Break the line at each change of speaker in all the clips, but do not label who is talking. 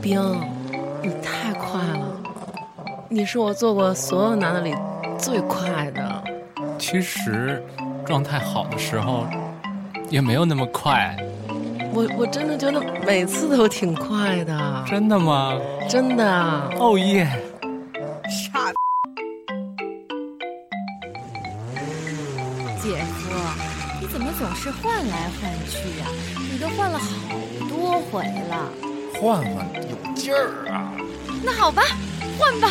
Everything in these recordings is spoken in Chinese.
冰，你太快了，你是我做过所有男的里最快的。
其实状态好的时候也没有那么快，
我我真的觉得每次都挺快的，
真的吗？
真的。
哦耶！
傻逼，
姐夫，你怎么总是换来换去啊？你都换了好多回了。
换换有劲儿啊！
那好吧，换吧。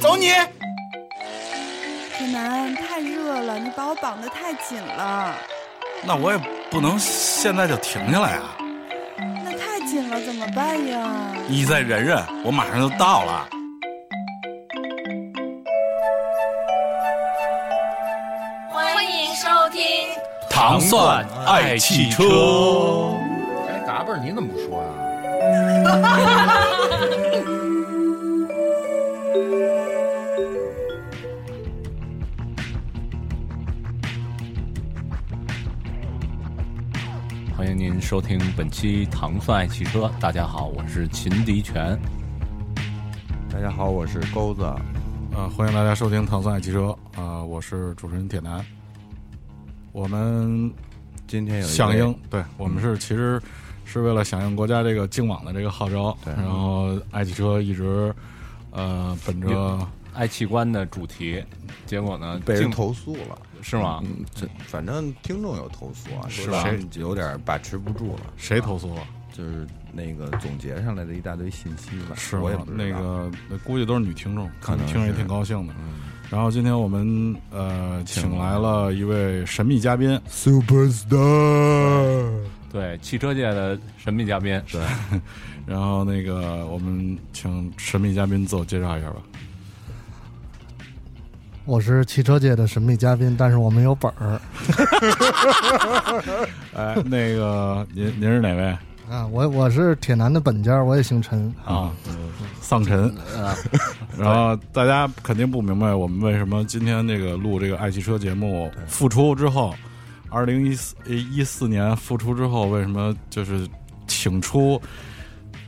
走你！
海南太热了，你把我绑得太紧了，
那我也不能现在就停下来啊！
那太紧了怎么办呀？
你再忍忍，我马上就到了。
欢迎收听。
糖蒜爱汽车，
哎，嘎巴儿，你怎么不说啊？
欢迎您收听本期糖蒜爱汽车。大家好，我是秦迪全。
大家好，我是钩子。
呃，欢迎大家收听《唐三爱汽车》啊、我是主持人铁男。我们
今天有一嗯位
响应，对我们是其实是为了响应国家这个净网的这个号召，
对
然后爱汽车一直呃本着
爱器官的主题，结果呢，
被人
竟
投诉了，
是吗？
嗯，这反正听众有投诉啊，
是
说
吧
咱们有点把持不住了，
谁投诉啊了？
就是那个总结上来的一大堆信息吧，
是
啊我也
吗
不？知道
那个那估计都是女听众，
可能
听着也
是
挺高兴的。
嗯
然后今天我们呃请
请
来了一位神秘嘉宾，
super star，
对，汽车界的神秘嘉宾，对，
然后那个我们请神秘嘉宾自我介绍一下吧。
我是汽车界的神秘嘉宾，但是我没有本儿
哎，那个您您是哪位？
啊，我我是铁男的本家，我也姓陈。
啊，丧尘。 然后大家肯定不明白我们为什么今天这个录这个爱汽车节目复出之后，二零一四一四年复出之后，为什么就是请出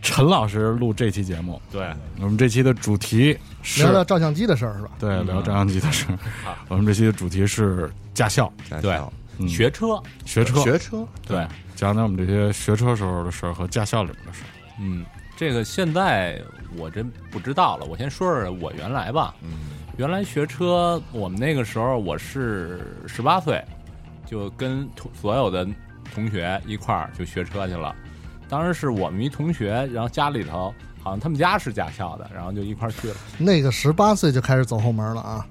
陈老师录这期节目？
对，
我们这期的主题是
聊聊照相机的事儿是吧？
对聊照相机的事儿。 我们这期的主题是驾校
对，
嗯
学车，
学车，
学车，
对，
讲讲我们这些学车时候的事儿和驾校里面的事儿。
嗯，这个现在我真不知道了。我先说说我原来吧，
嗯，
原来学车，我们那个时候我是十八岁，就跟同所有的同学一块儿就学车去了。当时是我们一同学，然后家里头好像他们家是驾校的，然后就一块儿去了。
那个十八岁就开始走后门了啊，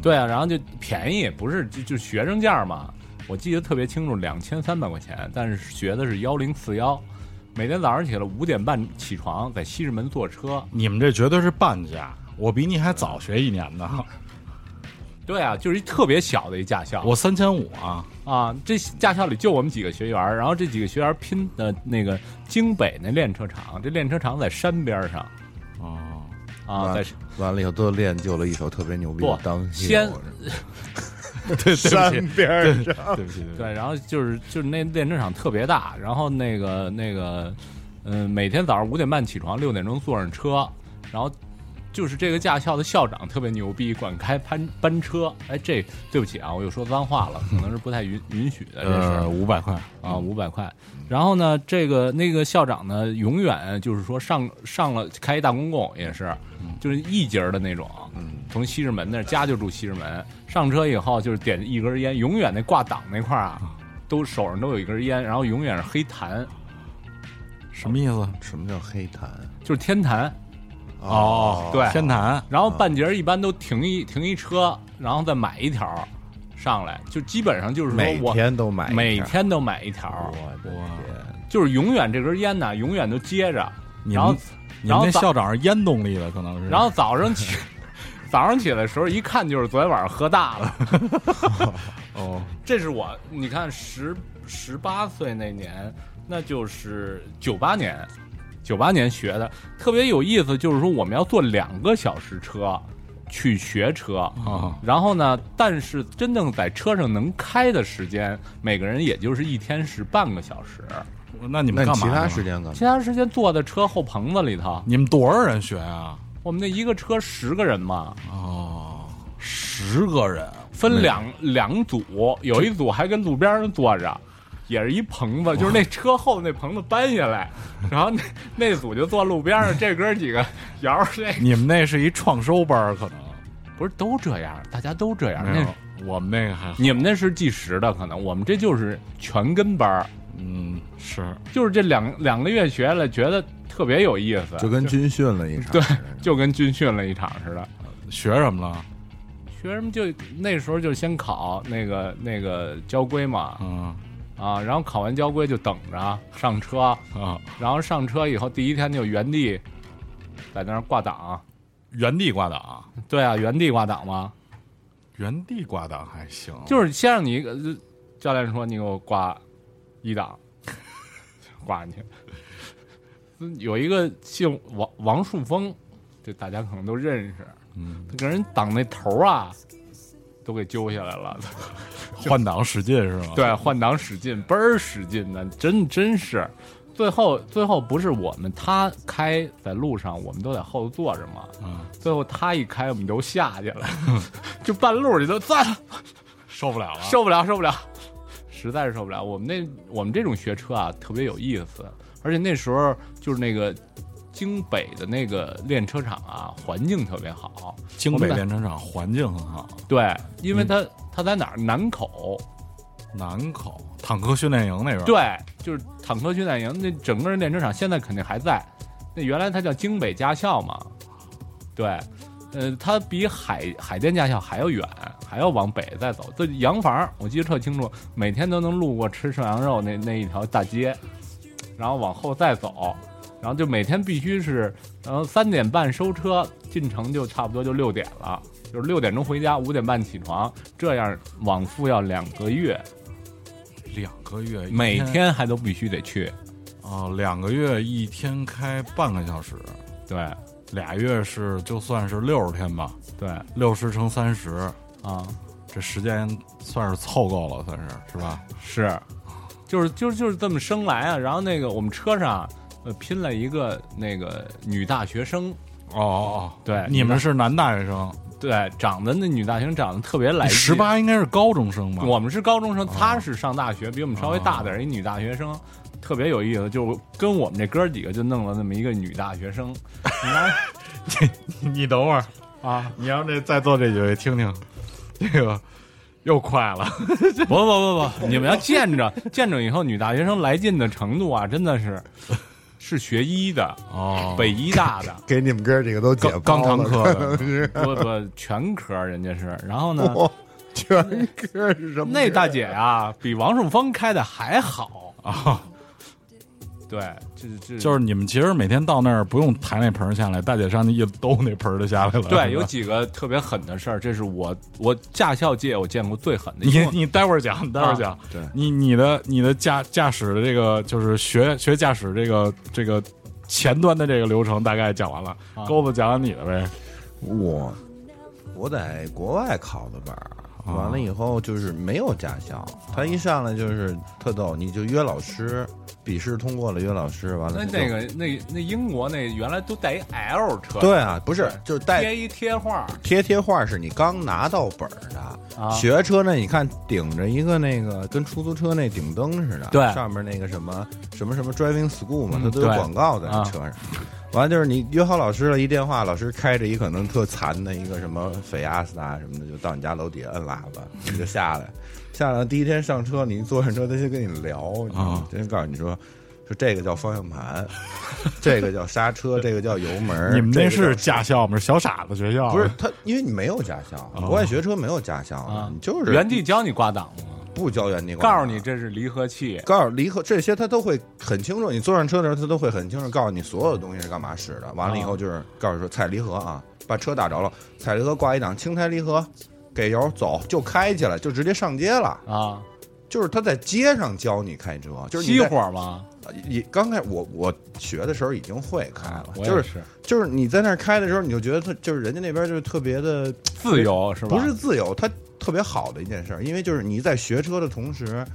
对啊，然后就便宜，不是就就学生价嘛。我记得特别清楚，两千三百块钱，但是学的是幺零四幺，每天早上起来五点半起床，在西直门坐车。
你们这绝对是半价，我比你还早学一年呢。
对啊，就是一特别小的一驾校。
我三千五啊，
啊，这驾校里就我们几个学员儿，然后这几个学员儿拼的那个京北那练车场，这练车场在山边儿上
哦，
啊，在
完了以后都练就了一首特别牛逼的
不
当
先
对，对不起，
边儿上，
对不起，对不起，
对，然后就是就是那练车场特别大，然后那个那个，嗯、每天早上五点半起床，六点钟坐上车，然后就是这个驾校的校长特别牛逼，管开班班车。哎，这对不起啊，我又说脏话了，可能是不太允允许的这事儿
呃，五百块，
啊，五百块。然后呢，这个那个校长呢，永远就是说上上了开一大公共也是，
嗯
就是一节儿的那种。从西直门那儿家就住西直门，上车以后就是点一根烟，永远那挂档那块儿啊，
嗯
都手上都有一根烟，然后永远是黑檀，
什么意思？
什么叫黑檀？
就是天坛。
哦
对
天坛，
然后半截儿一般都停
嗯
一停一车，然后再买一条儿上来，就基本上就是说
每
我
天都买一条，
每天都买一条儿，
我的天，
就是永远这根烟呢，永远都接着。
你
然后
们你
然后
们那
早
校长是烟动力的，可能是，
然后早上起，早上起来的时候一看就是昨天晚上喝大 了。
哦，
这是我，你看十十八岁那年，那就是九八年，九八年学的，特别有意思。就是说我们要坐两个小时车去学车，
啊，
然后呢，但是真正在车上能开的时间，每个人也就是一天是半个小时。
那你
那
们
你
干
其
嘛去了？
他时间干嘛？
其他时间坐在车后棚子里头，
你们多少人学啊？
我们那一个车十个人嘛，
十个人，
分两两组，有一组还跟路边上坐着，也是一棚子，就是那车后那棚子搬下来，然后那那组就坐路边上，这哥几个摇着那
你们那是一创收班儿可能。
不是都这样，大家都这样。
没
那
有，我们那个还好
你们那是计时的，可能我们这就是全跟班儿，
嗯是
就是这两两个月学下来，觉得特别有意思，
就跟军训了一场。
对，就跟军训了一场似的。
学什么了？
学什么就那时候就先考那个那个交规嘛
嗯
啊，然后考完交规就等着上车，
啊，
然后上车以后第一天就原地在那儿挂档，
原地挂档，
对啊，原地挂档嘛，
原地挂档还行，
就是先让你呃教练说你给我挂一档， 挂上去。有一个姓王王树峰，这大家可能都认识，
嗯
他给人挡那头啊都给揪下来了。
换挡使劲是吗？
对，换挡使劲，倍儿使劲的，真真是。最后，最后不是我们他开在路上，我们都在后头坐着嘛。
嗯
最后他一开，我们就下去了， 就半路就都算了，
受不了了，
受不了，受不了，实在是受不了。我们那我们这种学车啊，特别有意思，而且那时候就是那个京北的那个练车场啊，环境特别好。
京北练车场环境很好，
对，因为他、他在哪儿？南口。
南口坦克训练营那边，，
对，就是坦克训练营那整个练车场，现在肯定还在。那原来它叫京北驾校嘛，对，呃，它比海海淀驾校还要远，还要往北再走。这洋房我记得特清楚，每天都能路过吃涮羊肉那那一条大街，然后往后再走，然后就每天必须是，然后三点半收车进城就差不多就六点了，就是六点钟回家，五点半起床，这样往复要两个月，
两个月一
每
天
天还都必须得去。
哦，两个月一天开半个小时，
对
俩月是就算是六十天吧，
对
六十乘三十，
啊，
这时间算是凑够了，算是是吧？
是，就是就是就是这么生来啊。然后那个我们车上呃拼了一个那个女大学生，
哦哦哦，
对
你们是男大学生，
对，长得那女大学生长得特别来劲，
十。八应该是高中生吧？
我们是高中生，她是上大学，比我们稍微大
啊
点儿，一女大学生，特别有意思。就跟我们这哥几个就弄了那么一个女大学生，你看
你等会儿，
啊，
你让这在座这几位听听， 这个 又快了，
不不不不，你们要见着见着以后，女大学生来劲的程度啊，真的是是学医的，
哦
北医大的，
给你们哥几个都解
肛
包
肛
了
肠科的，
不不，全科儿人家是。然后呢，
哇全科是什么？
那大姐啊，比王树峰开的还好。
啊，
对，这这
就是你们其实每天到那儿不用抬那盆儿下来，大姐上去一兜那盆儿就下来了。
对，
是
有
吧
几个特别狠的事儿，这是我我驾校界我见过最狠的。
你
因为
你待会儿讲，你待会儿讲。
啊对
你你的你的驾驾驶的这个就是学学驾驶这个这个前端的这个流程大概讲完了，
啊
钩子讲讲你的呗。
我我在国外考的班儿，
哦
完了以后就是没有驾校，他一上来就是特逗，你就约老师，笔试通过了约老师，完了
那
就
那个那那英国那原来都带一 L 车，
对啊，不是就是带
贴一贴画
贴贴画是你刚拿到本儿的，
啊
学车呢，你看顶着一个那个跟出租车那顶灯似的，
对
上面那个什么什么什么 driving school
嗯
嘛，它都有
对
广告在
啊
车上。完了就是你约好老师了，一电话，老师开着一可能特残的一个什么菲亚斯啊达什么的，就到你家楼底下摁喇叭，你就下来。下来第一天上车，你一坐上车，他先跟你聊，你知道吗
啊
先告诉你说，说这个叫方向盘， 这个叫刹车，这个叫油门。
你们
这个
那
叫
是驾校吗？是小傻子学校
不是他，因为你没有驾校，国外学车没有驾校
哦啊
的，你嗯就是
原地教你挂档吗？
不教原地挂
告
档
诉你，这是离合器，
告诉离合这些他都会很清楚。你坐上车的时候，他都会很清楚告诉你所有东西是干嘛使的。完了以后
啊
就是告诉说踩离合啊，把车打着了，踩离合挂一档，轻抬离合，给油走就开起来，就直接上街了。
啊，
就是他在街上教你开车，就是你
熄
在
火吗？
你刚开我我学的时候已经会开了，
啊我也
啊就是
是
就是你在那儿开的时候，你就觉得他就是人家那边就是特别的
自由是吧？
不是自由，它特别好的一件事儿，因为就是你在学车的同时，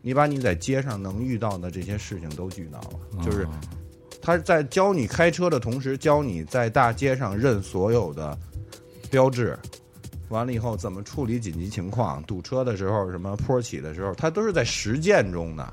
你把你在街上能遇到的这些事情都聚到
哦
了，就是
啊
他在教你开车的同时，教你在大街上认所有的标志，完了以后怎么处理紧急情况，堵车的时候，什么坡起的时候，他都是在实践中的，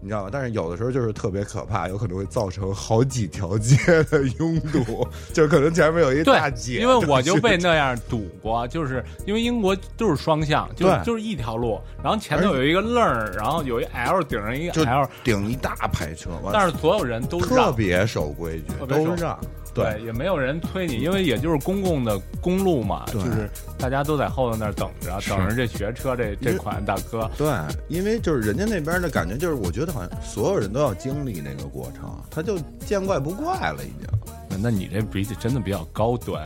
你知道吧？但是有的时候就是特别可怕，有可能会造成好几条街的拥堵， 就是可能前面有一大
对，
姐，
因为我就被那样堵过，就是因为英国就是双向，就
对
就是一条路，然后前头有一个愣儿，然后有一 L 顶上一个
就
L，
顶一大排车，完
但是所有人都
特
让，
别守规矩，
特别
都
守
让嗯
对，也没有人推你，因为也就是公共的公路嘛，
对
就是大家都在后头那儿等着，等着这学车这这款大哥，
对，因为就是人家那边的感觉，就是我觉得好像所有人都要经历那个过程，他就见怪不怪了已经。
那你这比真的比较高端，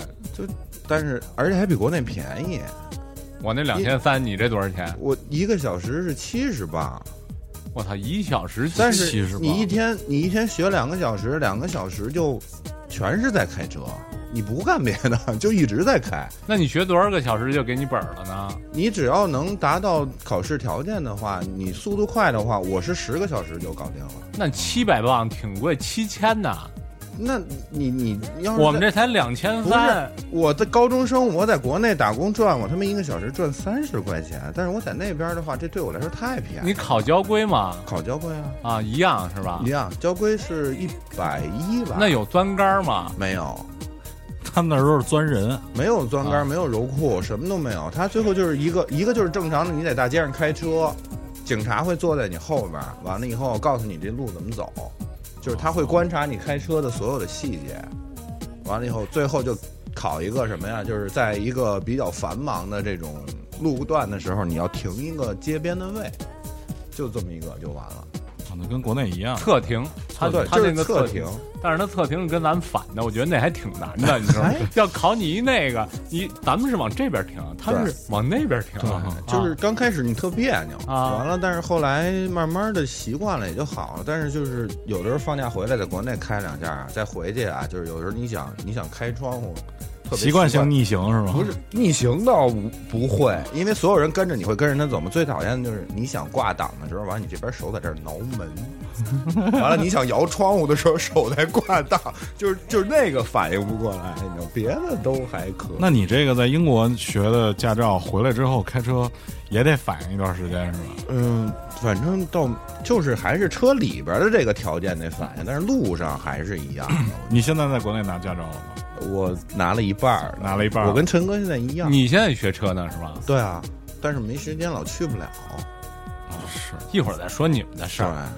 但是而且还比国内便宜，
我那两千三，你这多少钱？
我一个小时是七十磅，
我操，一小时七
但
七
是
十
你一
吧
天你一天学两个小时，两个小时就全是在开车，你不干别的，就一直在开。
那你学多少个小时就给你本儿了呢？
你只要能达到考试条件的话，你速度快的话，我是十个小时就搞定了。
那七百磅挺贵，七千呢，
那你你要是
我们
在
这才两千
不
三
是。我的高中生，我在国内打工赚过，他们一个小时赚三十块钱，但是我在那边的话，这对我来说太便宜。
你考交规吗？
考交规啊？
啊，一样是吧
一？样，交规是一百一吧？
那有钻杆吗？
没有？
他们那儿都是钻人，
没有钻杆，
啊
没有柔库，什么都没有。他最后就是一个一个就是正常的，你在大街上开车，警察会坐在你后边，完了以后告诉你这路怎么走，就是他
哦
会观察你开车的所有的细节，完了以后最后就考一个什么呀？就是在一个比较繁忙的这种路段的时候，你要停一个街边的位，就这么一个就完了。
可能跟国内一样。
侧停，他
对，
他
就
那
是
个
侧
停
停，，
但是他侧停是跟咱们反的，我觉得那还挺难的，你知道吗
哎？
要考你一那个，你咱们是往这边停，他们
对
是往那边停，啊
就是刚开始你特别扭，
啊
完了，但是后来慢慢的习惯了也就好了。但是就是有的时候放假回来，在国内开两下啊，再回去啊，就是有时候你想你想开窗户，特别
习惯性逆行是吗？
不是逆行倒不不会，因为所有人跟着你会跟着他走嘛。最讨厌的就是你想挂档的时候，完了你这边手在这儿挠门， 完了你想摇窗户的时候手在挂档，就是就是那个反应不过来，你知道，别的都还可以。
那你这个在英国学的驾照回来之后开车也得反应一段时间是吧？
嗯，反正到就是还是车里边的这个条件得反应，但是路上还是一样的。
你现在在国内拿驾照了吗？
我拿了一半儿了，
拿了一半儿，
我跟陈哥现在一
啊
样。
你现在学车呢是吧？
对啊，但是没时间，老去不了。
是
一会儿再说你们的事
是啊
儿，
吧？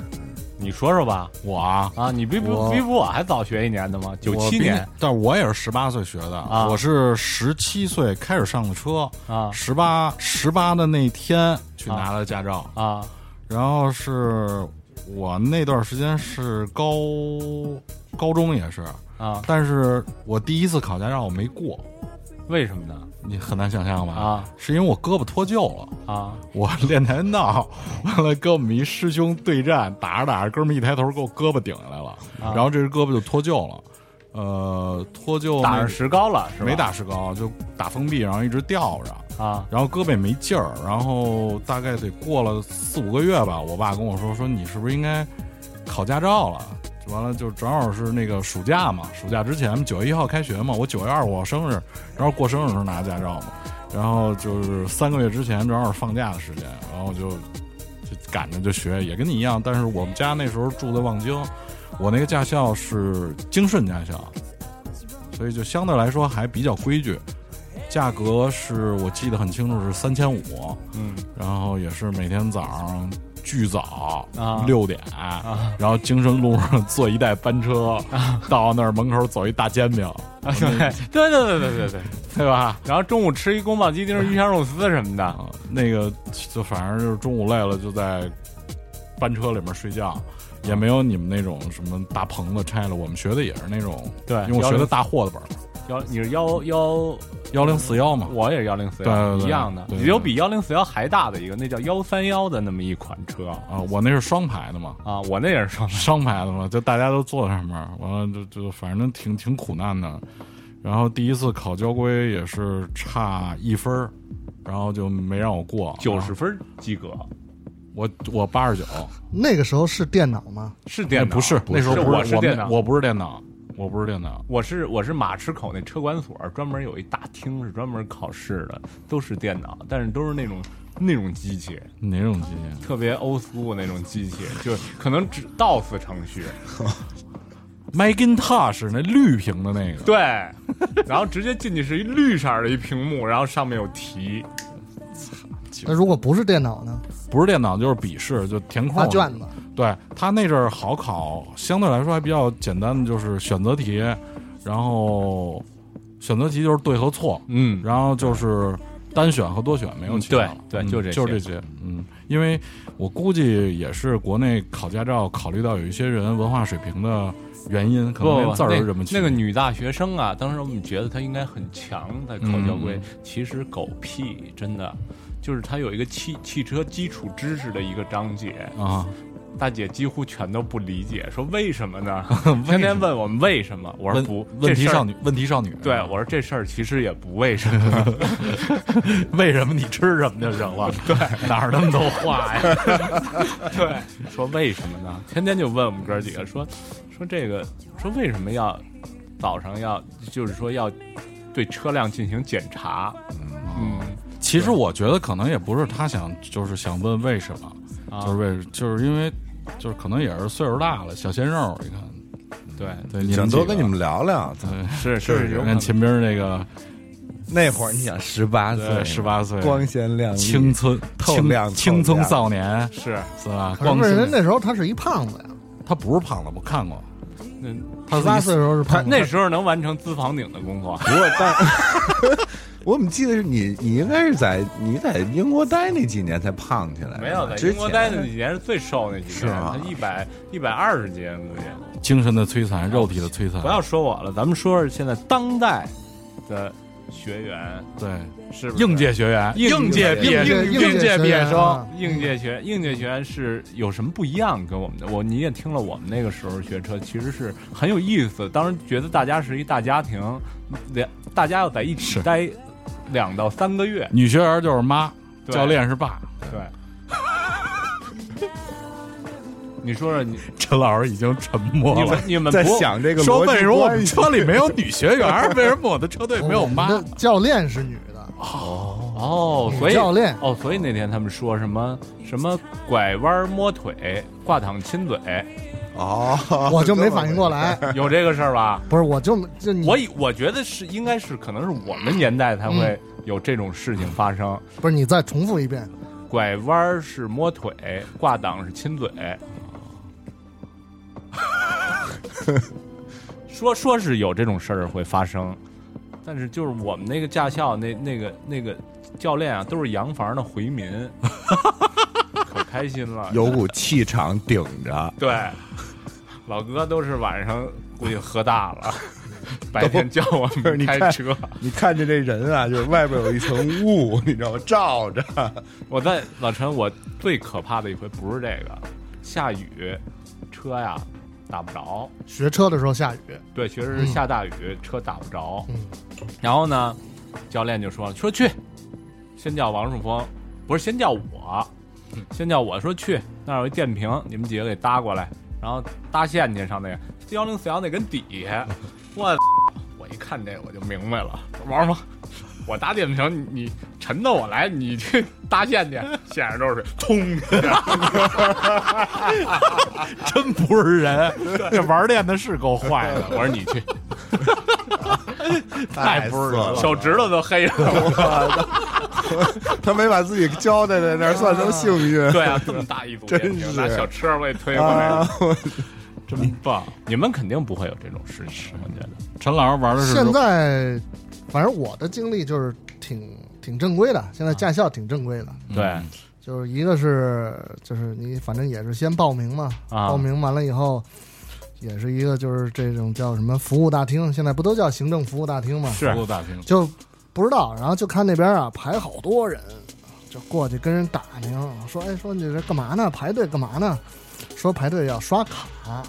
你说说吧。
我啊，
啊，你比不
我
比我还早学一年的吗？九
我
七
比你
年，
但我也是十八岁学的，
啊
我是十七岁开始上的车，
啊
十八十八的那天去拿了驾照，
啊
然后是我那段时间是高高中也是，
啊！
但是我第一次考驾照我没过，
为什么呢？
你很难想象吧？
啊
是因为我胳膊脱臼了。
啊
我练跆拳道， 完了跟我们一师兄对战，打着打着，哥们儿一抬头给我胳膊顶下来了，
啊
然后这只胳膊就脱臼了，呃，脱臼
打
那
上石膏了是吧？
没打石膏，就打封闭，然后一直吊着，
啊
然后胳膊也没劲儿，然后大概得过了四五个月吧，我爸跟我说说你是不是应该考驾照了？完了就正好是那个暑假嘛，暑假之前九月一号开学嘛，我九月二我生日，然后过生日的时候拿驾照嘛，然后就是三个月之前正好是放假的时间，然后就就赶着就学，也跟你一样，但是我们家那时候住在望京，我那个驾校是京顺驾校，所以就相对来说还比较规矩，价格是我记得很清楚是三千五，
嗯
然后也是每天早上巨早
啊
六点，然后京顺路上坐一代班车到那儿门口走一大煎饼，
啊！对对对对对 对对。
对吧？
然后中午吃一宫保鸡丁、鱼香肉丝什么的。
啊，那个就反正就是中午累了就在班车里面睡觉，也没有你们那种什么大棚子拆了，我们学的也是那种，
对
哎
因为我学的大货的本儿，
幺，你是幺幺，
幺零四幺嘛，
我也是幺零四
对
幺，
对对
一样的
对，对
有比幺零四幺还大的一个，那叫幺三幺的那么一款车
啊，我那是双排的嘛，
啊，我那也是双排
双排的嘛，就大家都坐在上面儿，完了就就反正挺挺苦难的。然后第一次考交规也
啊
是差一分儿，然后就没让我过
啊
九十分及格，
我我八十九，
那个时候是电脑吗？
是电脑
不是那时候
是
不
我
是我
电
们
脑，
我不是电脑，我不是电脑。
我是我是马池口那车管所专门有一大厅是专门考试的，都是电脑，但是都是那种那种机器，
哪种机器？
特别 old school 那种机器，就可能只 DOS 程序，
Macintosh 那绿屏的那个，
对，然后直接进去是一绿色的一屏幕，然后上面有题，
那如果不是电脑呢？
不是电脑就是笔试，就填空
发卷子。
对他那阵儿好考，相对来说还比较简单的就是选择题，然后选择题就是对和错，
嗯，
然后就是单选和多选，没有其他了
嗯对对
嗯
就这些
就是这些。嗯，因为我估计也是国内考驾照考虑到有一些人文化水平的原因，可能
不
连字儿都认不清。
那。那个女大学生啊，当时我们觉得她应该很强，在考交
嗯
规，其实狗屁，真的，就是她有一个汽汽车基础知识的一个章节，
啊，
大姐几乎全都不理解，说为什么 呢？天天问我们为什么，我说
问
不，
问
这
题
事儿
少女，问题少女，
对，我说这事儿其实也不为什么，
为什么你吃什么就行了？对，哪儿那么多 话呀？
对，说为什么呢？天天就问我们哥几个说，说这个，说为什么要早上要，就是说要对车辆进行检查，嗯，
其实我觉得可能也不是他想，就是想问为什么，
啊
就是为，就是因为，就是可能也是岁数大了，小鲜肉，你看，
对，
对，你
想
们
多
几个
跟你们聊聊。操
哦是是有
你
可能
看秦兵那个
那会儿你想十八岁，
十八岁，
光鲜亮丽，
青春
透亮
青
透
青葱
亮
少年
是，
是吧？
可是
光
为什么
鲜，
那时候他是一胖子呀？
他不是胖子，我看过，
那
他是一
十八岁的时候是胖
嗯
子，
那时候能完成资房顶的工作，
不过但。我怎么记得是你？你应该是在你在英国待那几年才胖起来的，
没有在
之
英国
前
待的几年是最瘦那几年，
是吗
他一百一百二十斤估计。
精神的摧残，肉体的摧残，
不要说我了，咱们说说现在当代的学员
对
是不是
应届学员，
应届毕业
应届
应
应届
届毕业
学员啊
生，应届学应届学员是有什么不一样？跟我们的我你也听了，我们那个时候学车其实是很有意思。当时觉得大家是一大家庭，两大家要在一起
是
待两到三个月，
女学员就是妈，
对
教练是爸。
对。你说说你
陈老师已经沉默
你
了
们。你们
在
不
想这个
说
逻辑
为什么我们
关系
车里没有女学员？ 为什么我的车队没有妈？
我们的教练是女的，
哦，所以
教练
哦，所以那天他们说什么什么拐弯摸腿、挂躺亲嘴，
哦，
我就没反应过
来。
来。
有这个事儿吧？
不是，我就就你
我以我觉得是应该是可能是我们年代才
嗯
会有这种事情发生。
不是你再重复一遍，
拐弯是摸腿，挂档是亲嘴。 说说是有这种事儿会发生，但是就是我们那个驾校那那个那个教练啊，都是洋房的回 民，可开心了。
有股气场顶着，
对，老哥都是晚上估计喝大了，白天叫我
不是
们
你
开
看
车。
你看着这人啊，就是外边有一层雾， 你知道吗？罩着。
我在老陈，我最可怕的一回不是这个，下雨，车呀打不着。
学车的时候下雨，
对，确
嗯
实是下大雨，车打不着。
嗯
然后呢，教练就说了，说去，先叫王树峰，不是先叫我，先叫我说去那儿有一电瓶，你们几个给搭过来，然后搭线去上那个幺零四幺那根底 下，我我一看这我就明白了，王树峰。我搭电瓶，你你沉的我来，你去搭线去，线上 都是通，
真不是人，这玩电的是够坏的。
我说你去，
太不是了，
手指头都黑了。
他没把自己交代在那儿，算成幸运。
对啊，这么大一组
真
电瓶，
是
拿小车我也推过来，
啊，我
真棒！你们肯定不会有这种事情，我觉得。
陈老师玩的是
现在反正我的经历就是挺挺正规的，现在驾校挺正规的，
对，
就是一个是就是你反正也是先报名嘛，
啊
报名完了以后。也是一个，就是这种叫什么服务大厅，现在不都叫行政服务大厅吗？
是
服务大厅，
就不知道，然后就看那边啊排好多人，就过去跟人打听，说哎说你这干嘛呢？排队干嘛呢？说排队要刷卡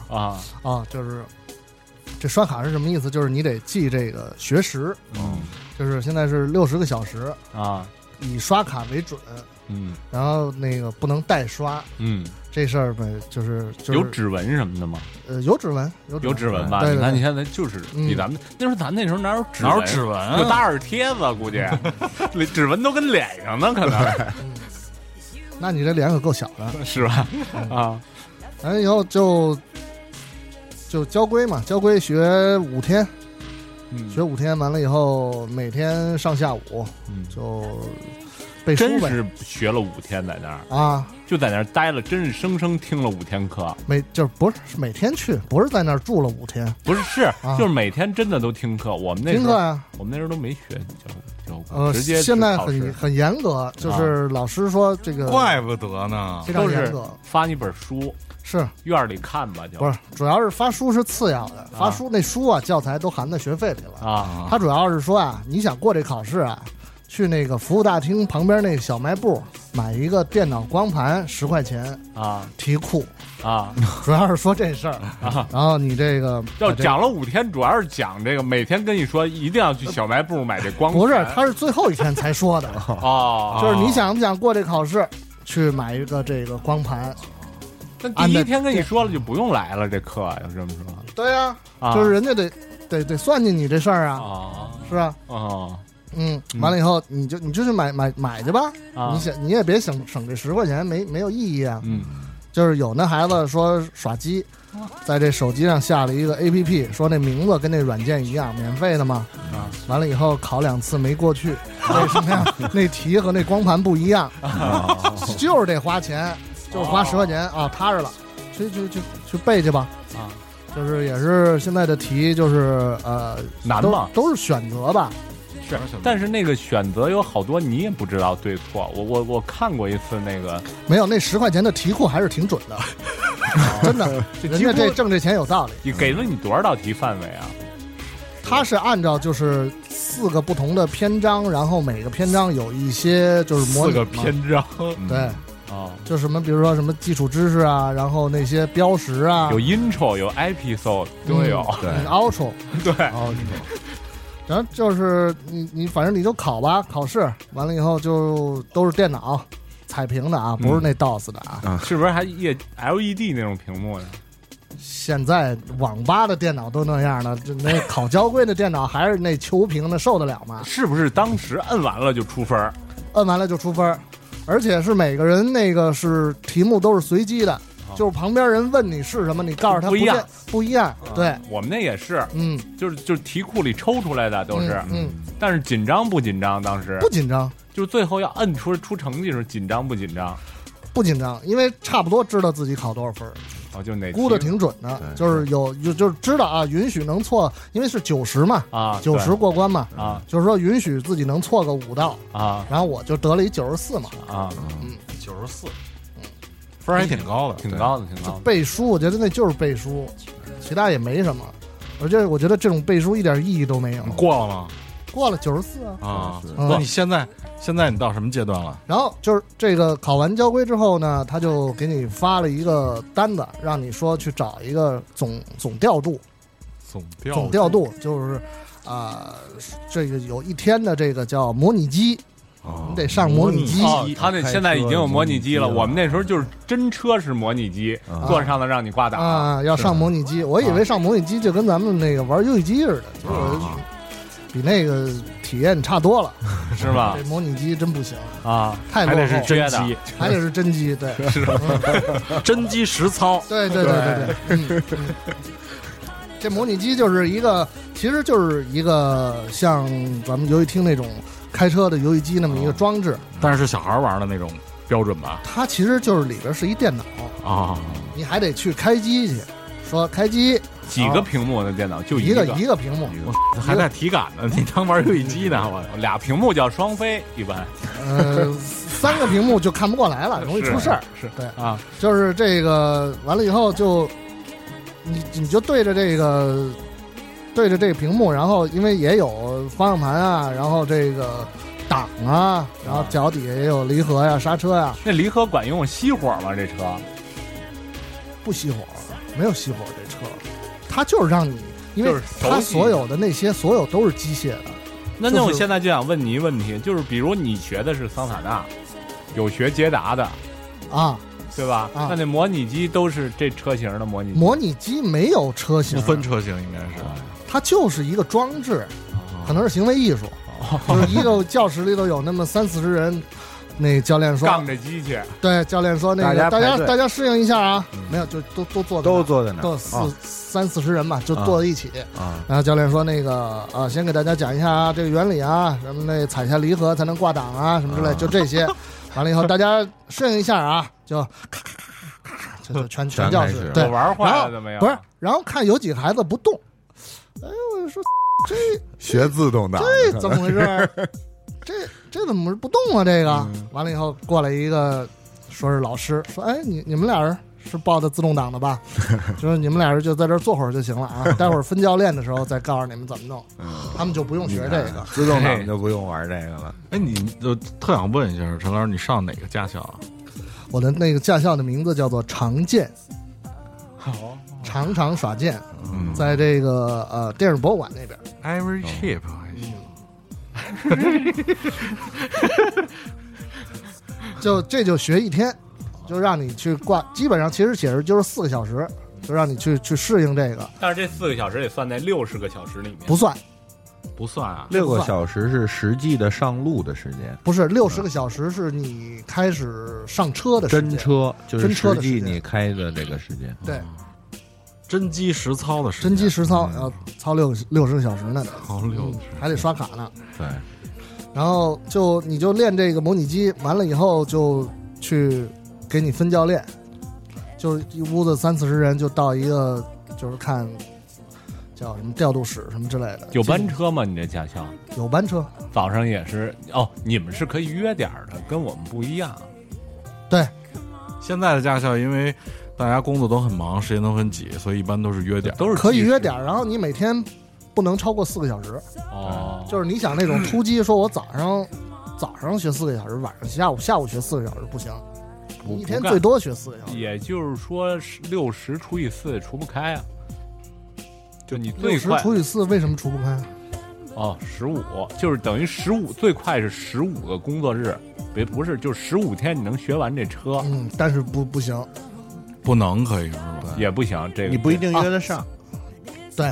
啊、
啊，
就是这刷卡是什么意思？就是你得记这个学时，
嗯
就是现在是六十个小时，
啊，
以刷卡为准，
嗯
然后那个不能代刷。
嗯，
这事儿呗，就是就是
有指纹什么的吗？
呃有指纹，有
有指纹吧？
对
你
对
看，你
对，
看，咱就是
嗯
比咱们那时候，咱那时候哪有指
哪有指纹啊
有打耳贴子，估 计里指纹都跟脸上呢，可能
那你这脸可够小的。
是吧？啊，
完了以后就就交规嘛，交规学五天，
嗯
学五天完了以后，每天上下午
嗯
就背书
真
呗
是学了五天，在那儿
啊，
就在那儿待了，真是生生听了五天课，
每就是不是是每天去，不是在那儿住了五天，
不是是
啊
就是每天真的都听课。我们那时
听课
候
呀、
我们那时候都没学教教过，
呃，
直接
现在
考试啊
很很严格，就是老师说这个
怪不得呢。
非常
都
严
是
格，
发你本书，
是
院儿里看吧，就
不是？主要是发书是次要的，发书那书啊教材都含在学费里了。
啊
他主要是说啊，你想过这考试啊，去那个服务大厅旁边那个小卖部买一个电脑光盘，十块钱
啊
题库，
啊！
主要是说这事儿。然后你这个
要
把这
讲了五天，主要是讲这个，每天跟你说一定要去小卖部买这光盘。
不是，他是最后一天才说的，
啊
哦，
就是你想不想过这考试，去买一个这个光盘。
但第一天跟你说了就不用来了，这课要这么说
对呀、
啊，
就是人家得得得算计你这事儿啊，
啊
是吧？
啊
嗯，
嗯
完了以后你就你就去买买买去吧，
啊
你，想你也别省省这十块钱，没没有意义啊。
嗯
就是有那孩子说耍机， 在这手机上下了一个 APP，说那名字跟那软件一样，免费的嘛。
啊，
完了以后考两次没过 去，为什么呀？那题和那光盘不一样，
哦
就是得花钱，就是花十块钱啊，踏实了，去去去去背去吧。
啊，
就是也是现在的题就是呃，
难
都
吗？
都是选择吧，
是，但是那个选择有好多你也不知道对错。我我我看过一次那个，
没有那十块钱的题库还是挺准的，真的，人家这挣这钱有道理。
你给了你多少道题范围啊？
它是按照就是四个不同的篇章，然后每个篇章有一些就是模
四
拟
个
嘛
篇章，
对，
啊，
就什么比如说什么基础知识啊，然后那些标识啊，
有 intro，有 episode，都有。
对，
嗯 outro，
对，
outro。然后就是你你反正你就考吧，考试完了以后就都是电脑彩屏的啊，不是那 DOS 的啊。
是不是还也 LED 那种屏幕呢？
现在网吧的电脑都那样了，就那考交规的电脑还是那球屏的，受得了吗？
是不是当时摁完了就出分儿
摁完了就出分儿，而且是每个人那个是题目都是随机的，就是旁边人问你是什么，你告诉他
不一样
见不一样，啊对，
我们那也是，
嗯，
就是就是题库里抽出来的都是，
嗯，嗯
但是紧张不紧张？当时
不紧张，
就是最后要摁出出成绩的时候紧张不紧张？
不紧张，因为差不多知道自己考多少分儿，
哦，就哪
估的
题
挺准的，就是有有就是知道啊，允许能错，因为是九十嘛，
啊，
九十过关嘛，
对啊
就是说允许自己能错个五道，
啊
然后我就得了一九十四嘛，嗯
啊，
九十四，
分儿还挺高的，
挺高的，挺
就
高的。
背书，我觉得那就是背书，其他也没什么。而且我觉得这种背书一点意义都没有。
过了吗？
过了九十四啊，
啊，
嗯
那你现在现在你到什么阶段了？
然后就是这个考完交规之后呢，他就给你发了一个单子，让你说去找一个总总调度，
总调
总调度就是啊、这个有一天的这个叫模拟机，
哦
你得上模拟机，
哦，他那现在已经有模拟机了，嗯
开车有模拟机了
我们那时候就是真车是模拟机，
啊
坐上了让你挂档。
啊，要上模拟机。我以为上模拟机就跟咱们那个玩游戏机似的，结果
啊
比那个体验差多了。
是吗
这？模拟机真不行，
啊，
太
还
落
得是
后，
真
真
机
机，
还得是真机，对，
真机实操，
对对对对对，嗯嗯，这模拟机就是一个，其实就是一个像咱们游戏厅那种开车的游戏机那么一个装置，
但是是小孩儿玩的那种标准吧？
它其实就是里边是一电脑，
啊，
你还得去开机去，说开机
几个屏幕的电脑就
一
个
个，一个屏幕，
还带体感呢，你当玩游戏机呢？我
俩屏幕叫双飞，一般
呃，三个屏幕就看不过来了，容易出事儿。
是
对
啊，
就是这个完了以后就，你你就对着这个对着这个屏幕，然后因为也有方向盘啊，然后这个档啊，然后脚底下也有离合呀、刹车呀、
那离合管用熄火吗？这车
不熄火，没有熄火这车，它就是让你，因为
就是熟悉
它所有的那些所有都是机械的，
那那我
就是
现在就想问你一问题，就是比如你学的是桑塔纳，有学捷达的，
啊，
对吧？
啊
那那模拟机都是这车型的模拟机，
模拟机没有车型啊
不，分车型应该是，
它就是一个装置，
啊
可能是行为艺术，
哦
就是一个教室里头有那么三四十人，那教练说，
杠着机器，
对，教练说那个
大家
大
排
家
队嗯
大家适应一下啊，没有就都都坐在那
都
儿
坐在那
都
儿
有四、三四十人吧，就
啊
坐在一起。
啊
然后教练说：“那个啊，先给大家讲一下啊，这个原理啊，什么那踩下离合才能挂档啊，什么之类，就 这些。完了以后，大家适应一下啊，就咔咔咔咔，就就全
全
全教
开
室
始
对
我。玩坏
然
了
后
怎么样？
不是，然后看有几个孩子不动，哎呦，我说这
学自动挡，
这怎么回事儿？这这怎么不动啊？这个、完了以后过来一个，说是老师，说哎，你你们俩人是报的自动挡的吧？就是你们俩人就在这儿坐会儿就行了啊，待会儿分教练的时候再告诉你们怎么弄，他们就不用学这个。
自动挡就不用玩这个了。
哎，你就特想问一下陈老师，你上哪个驾校啊？
我的那个驾校的名字叫做长剑，好，常常耍剑，在这个呃电影博物馆那边。
Every
Oh
Chip，
嗯
就这就学一天，就让你去挂，基本上其实写着就是四个小时，就让你去去适应这个，
但是这四个小时也算在六十个小时里面，
不算
不算啊。
六个小时是实际的上路的时间，
不是六十个小时是你开始上车的时
真
间，
车就是
真车
实
的时
际
间
你开的这个时间。
对，
真机实操的时间，
真机实操，然后操六六十个小时呢，
操六个
还得刷卡呢，
对，
然后就你就练这个模拟机，完了以后就去给你分教练，就是一屋子三四十人，就到一个就是看叫什么调度室什么之类的，
有班车吗？你这驾校
有班车，
早上也是哦，你们是可以约点儿的，跟我们不一样。
现在的驾校，因为大家工作都很忙，时间都很挤，所以一般都是约点儿，
都是
可以
计时
约点儿，然后你每天不能超过四个小时。
嗯哦，
就是你想那种突击，说我早上早上学四个小时，晚上下午下午学四个小时不行，
不
一天
不干
最多学四个小时。
也就是说六十除以四除不开啊，就你
六
最
十
快
除以四为什么除不开？
哦，十五就是等于十五，最快是十五个工作日，别不是，就是十五天你能学完这车
嗯，但是不不行，
不能可以是吧？
也不行，这个
你不一定约得上。
对。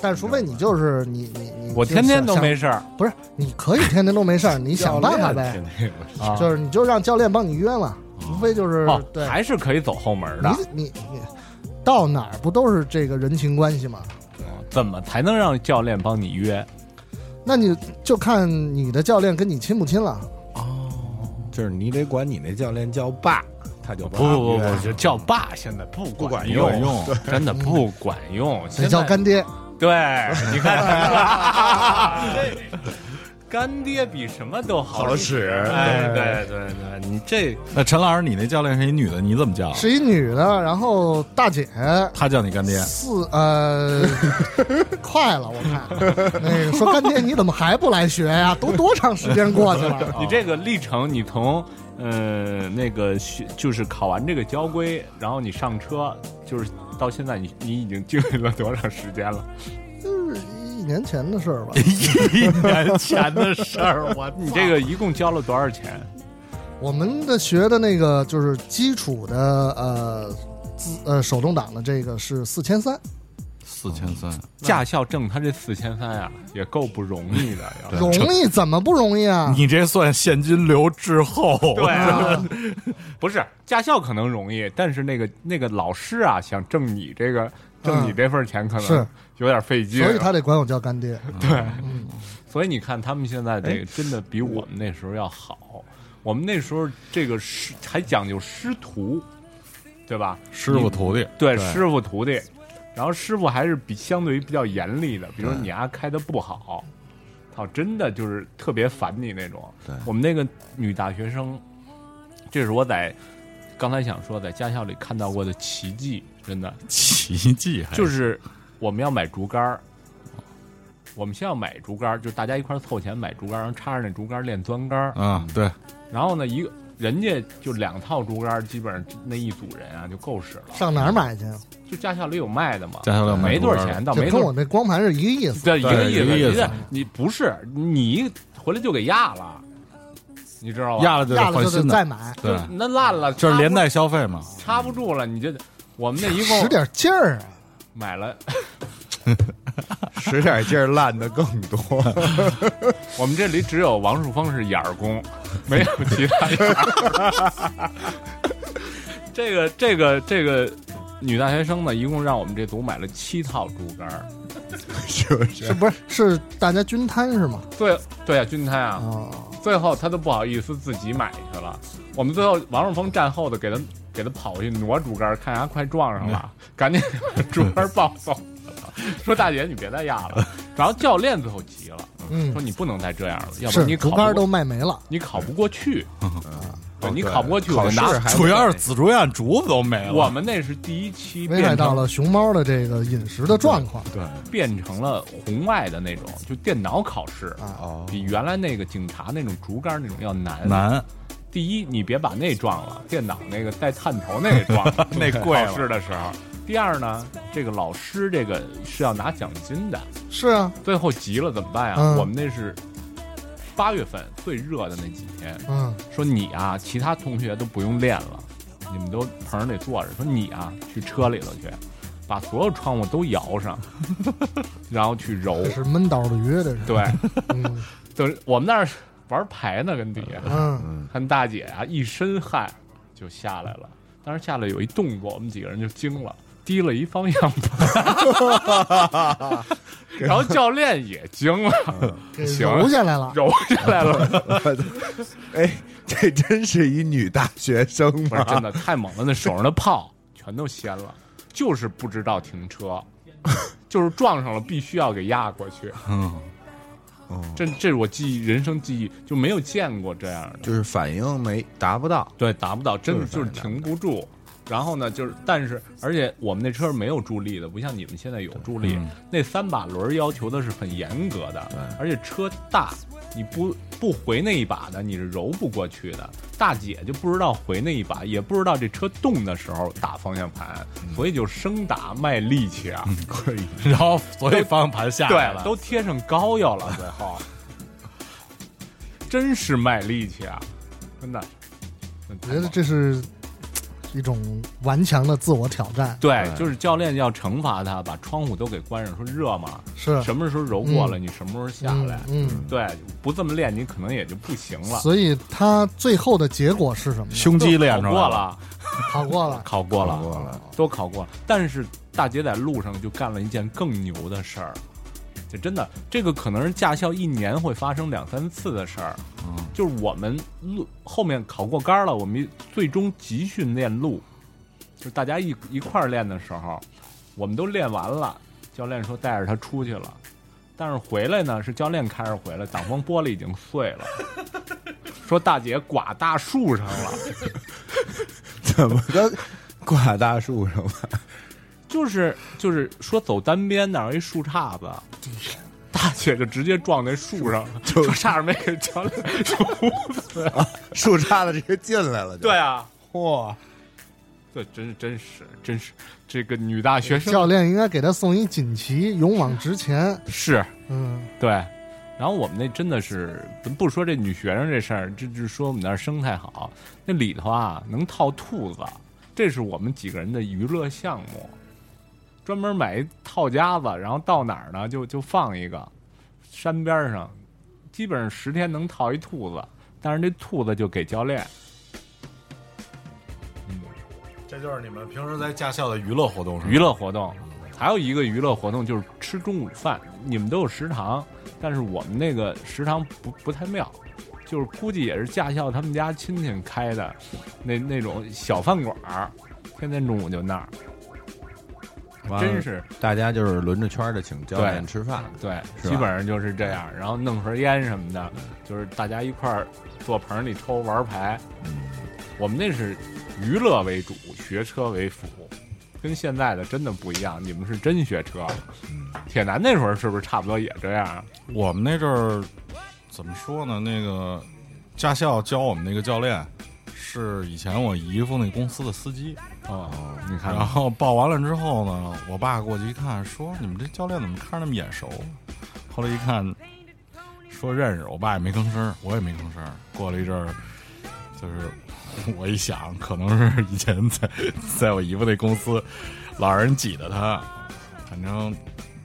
但是除非你就是你你你，
我天天都没
事，
事儿
不是你可以天天都没事儿，你想办法呗，
啊，
就是你就让教练帮你约嘛，无非就是
哦，
对，
还是可以走后门的。
你你你到哪儿不都是这个人情关系嘛？
怎么才能让教练帮你约？
那你就看你的教练跟你亲不亲了。
就是你得管你那教练叫爸，他就
不不不，就叫爸现在不
不管
用，
用
真的不管用。
得
现
叫
在
干爹，
对，你看， 干爹比什么都好使。
使
哎，对对对，你这
那陈老师，你那教练是一女的，你怎么叫？
是一女的，然后大姐，
她叫你干爹？
四呃，快了，我看那个说干爹你怎么还不来学呀？都多长时间过去了？
你这个历程，你从呃那个学就是考完这个交规，然后你上车，就是到现在你你已经经历了多长时间了？
就是一年前的事儿吧，
一年前的事儿，我
你这个一共交了多少钱？
我们的学的那个就是基础的呃自呃手动挡的这个是四千三，
四千三，
驾校挣他这四千三啊，也够不容易的。要
容易怎么不容易啊？
你这算现金流滞后。
对、啊，不是驾校可能容易，但是那个那个老师啊，想挣你这个挣你这份钱，可能
啊是
有点费劲。啊
所以他得管我叫干爹。
所以你看，他们现在这个真的比我们那时候要好。我们那时候这个师还讲究师徒，对吧？
师傅徒弟，
对师傅徒弟，然后师傅还是比相对于比较严厉的，比如你丫开的不好，操，真的就是特别烦你那种。
对
我们那个女大学生，这是我在刚才想说在驾校里看到过的奇迹，真的
奇迹还
就是我们要买竹竿儿，我们先要买竹竿儿，就大家一块儿凑钱买竹竿儿，然后插上那竹竿儿练钻竿儿。
啊，对，
然后呢，一个人家就两套竹竿，基本上那一组人啊就够使了。
上哪儿买去？啊
就家校里有卖的嘛，
家校里有卖
没多少
竹竿
钱，倒
就
没多
跟
少，
我那光盘是一个意思。
对，一个
对
意思。
一个意思
你这你不是你回来就给压了，你知道吧？
压了就得
压了
换
就得
新的，
再买，
对，
那烂了，
这是连
插
带消费嘛。
不插不住了，你这我们那一
使
共
点劲儿啊！
买了，
使点劲儿烂的更多。
我们这里只有王树峰是眼儿工，没有其他眼儿。这个这个这个女大学生呢，一共让我们这组买了七套竹竿儿。
是不是
是不是是大家均摊是吗？
最对啊，均摊啊，
哦，
最后他都不好意思自己买去了。我们最后王若峰站后的给他给他跑过去挪竹竿，看他快撞上了，
嗯
赶紧把竹竿抱走。 说大姐，你别再压了。然后教练最后急了，
嗯
说，你不能再这样了，要不
是
然你考
竹
不
竿都卖没了，
你考不过去，对
哦
你
对
考不过去，
考
我就拿
试还
主要是紫竹院竹子都没了，
我们那是第一期
危害
变
到
成
了熊猫的这个饮食的状况
变成了红外的那种，就电脑考试，
啊。
哦，
比原来那个警察那种竹竿那种要难
难
第一，你别把那撞了，电脑那个带探头那个撞了，
那贵了
考试的时候。第二呢，这个老师这个是要拿奖金的，
是啊，
最后急了怎么办呀？
嗯
我们那是八月份最热的那几天，
嗯，
说你啊，其他同学都不用练了，你们都棚上得坐着，说你啊，去车里头去，把所有窗户都摇上， 然后去揉
这，是闷倒的鱼，这是。
对，
嗯
等我们那儿玩牌呢，跟底下。
嗯，
看大姐啊，一身汗就下来了。当时下来有一动作，我们几个人就惊了，提了一方向盘，然后教练也惊了，
给
行
揉下来了。
揉下来了，
哎，这真是一女大学生
不是
吗？
真的太猛了，那手上的泡全都掀了，就是不知道停车，就是撞上了，必须要给压过去。
嗯，
这这是我记忆人生记忆就没有见过这样的，
就是反应没达不到，
对，达不到，真的就
就
是是
达不到
停不住。然后呢，就是但是，而且我们那车是没有助力的，不像你们现在有助力。那三把轮儿要求的是很严格的，而且车大，你不不回那一把的，你是揉不过去的。大姐就不知道回那一把，也不知道这车动的时候打方向盘，所以就生打卖力气啊。
然后所以方向盘下来
对，
了，
都贴上膏药了，最后，真是卖力气啊，真的。
我觉得这是一种顽强的自我挑战。
对，就是教练要惩罚他，把窗户都给关上，说热嘛，
是
什么时候揉过了，你什么时候下来。
嗯，嗯
对，不这么练，你可能也就不行了。
所以他最后的结果是什么呢？
胸肌练出
考过，
来
了，
考过了，
啊考过了，
过了，
都考过了。但是大姐在路上就干了一件更牛的事儿，就真的，这个可能是驾校一年会发生两三次的事儿。就是我们路后面考过杆儿了，我们最终集训练路，就是大家一一块儿练的时候，我们都练完了，教练说带着他出去了，但是回来呢是教练开着回来，挡风玻璃已经碎了，说大姐刮大树上 了。
怎么个挂大树上吧？
就是就是说走单边那儿有一树杈子，大姐就直接撞那树上了，就差点没给教练手捂死。
树杈子直接进来了，就
对，啊，哇，对，真真是真是这个女大学生
教练应该给他送一锦旗，勇往直前。
是
嗯，
对。然后我们那真的是，咱不说这女学生这事儿，这就是说我们那儿生态好，那里头啊能套兔子，这是我们几个人的娱乐项目，专门买一套夹子，然后到哪儿呢就就放一个，山边儿上，基本上十天能套一兔子，但是这兔子就给教练，
这就是你们平时在驾校的娱乐活动
娱乐活动，还有一个娱乐活动就是吃中午饭。你们都有食堂，但是我们那个食堂不不太妙，就是估计也是驾校他们家亲戚开的，那那种小饭馆儿，天天中午就那儿，
完了
真是
大家啊就是轮着圈儿的请教练吃饭，
对，
是吧
基本上就是这样。然后弄盒烟什么的，就是大家一块儿坐棚里抽玩牌。我们那是娱乐为主，学车为辅，跟现在的真的不一样。你们是真学车，铁男那时候是不是差不多也这样？
我们那阵儿怎么说呢？那个驾校教我们那个教练是以前我姨夫那公司的司机，
哦，你看，
然后报完了之后呢，我爸过去一看，说你们这教练怎么看着那么眼熟？后来一看， 说认识，我爸也没吭声，我也没吭声。过了一阵儿，就是我一想，可能是以前在在我姨夫那公司，老人挤得他，反正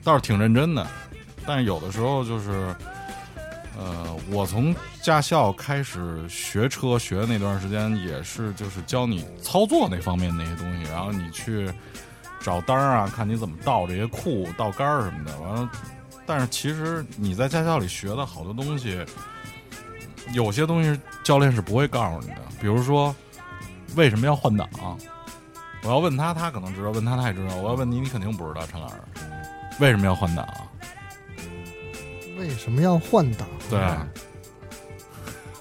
倒是挺认真的，但是有的时候就是。呃，我从驾校开始学车学的那段时间，也是就是教你操作那方面那些东西，然后你去找单儿啊，看你怎么倒这些库、倒杆儿什么的。完了，但是其实你在驾校里学的好多东西，有些东西教练是不会告诉你的，比如说为什么要换挡。我要问他，他可能知道；问他，他也知道。我要问你，你肯定不知道，陈老师，为什么要换挡？
为什么要换挡？
对，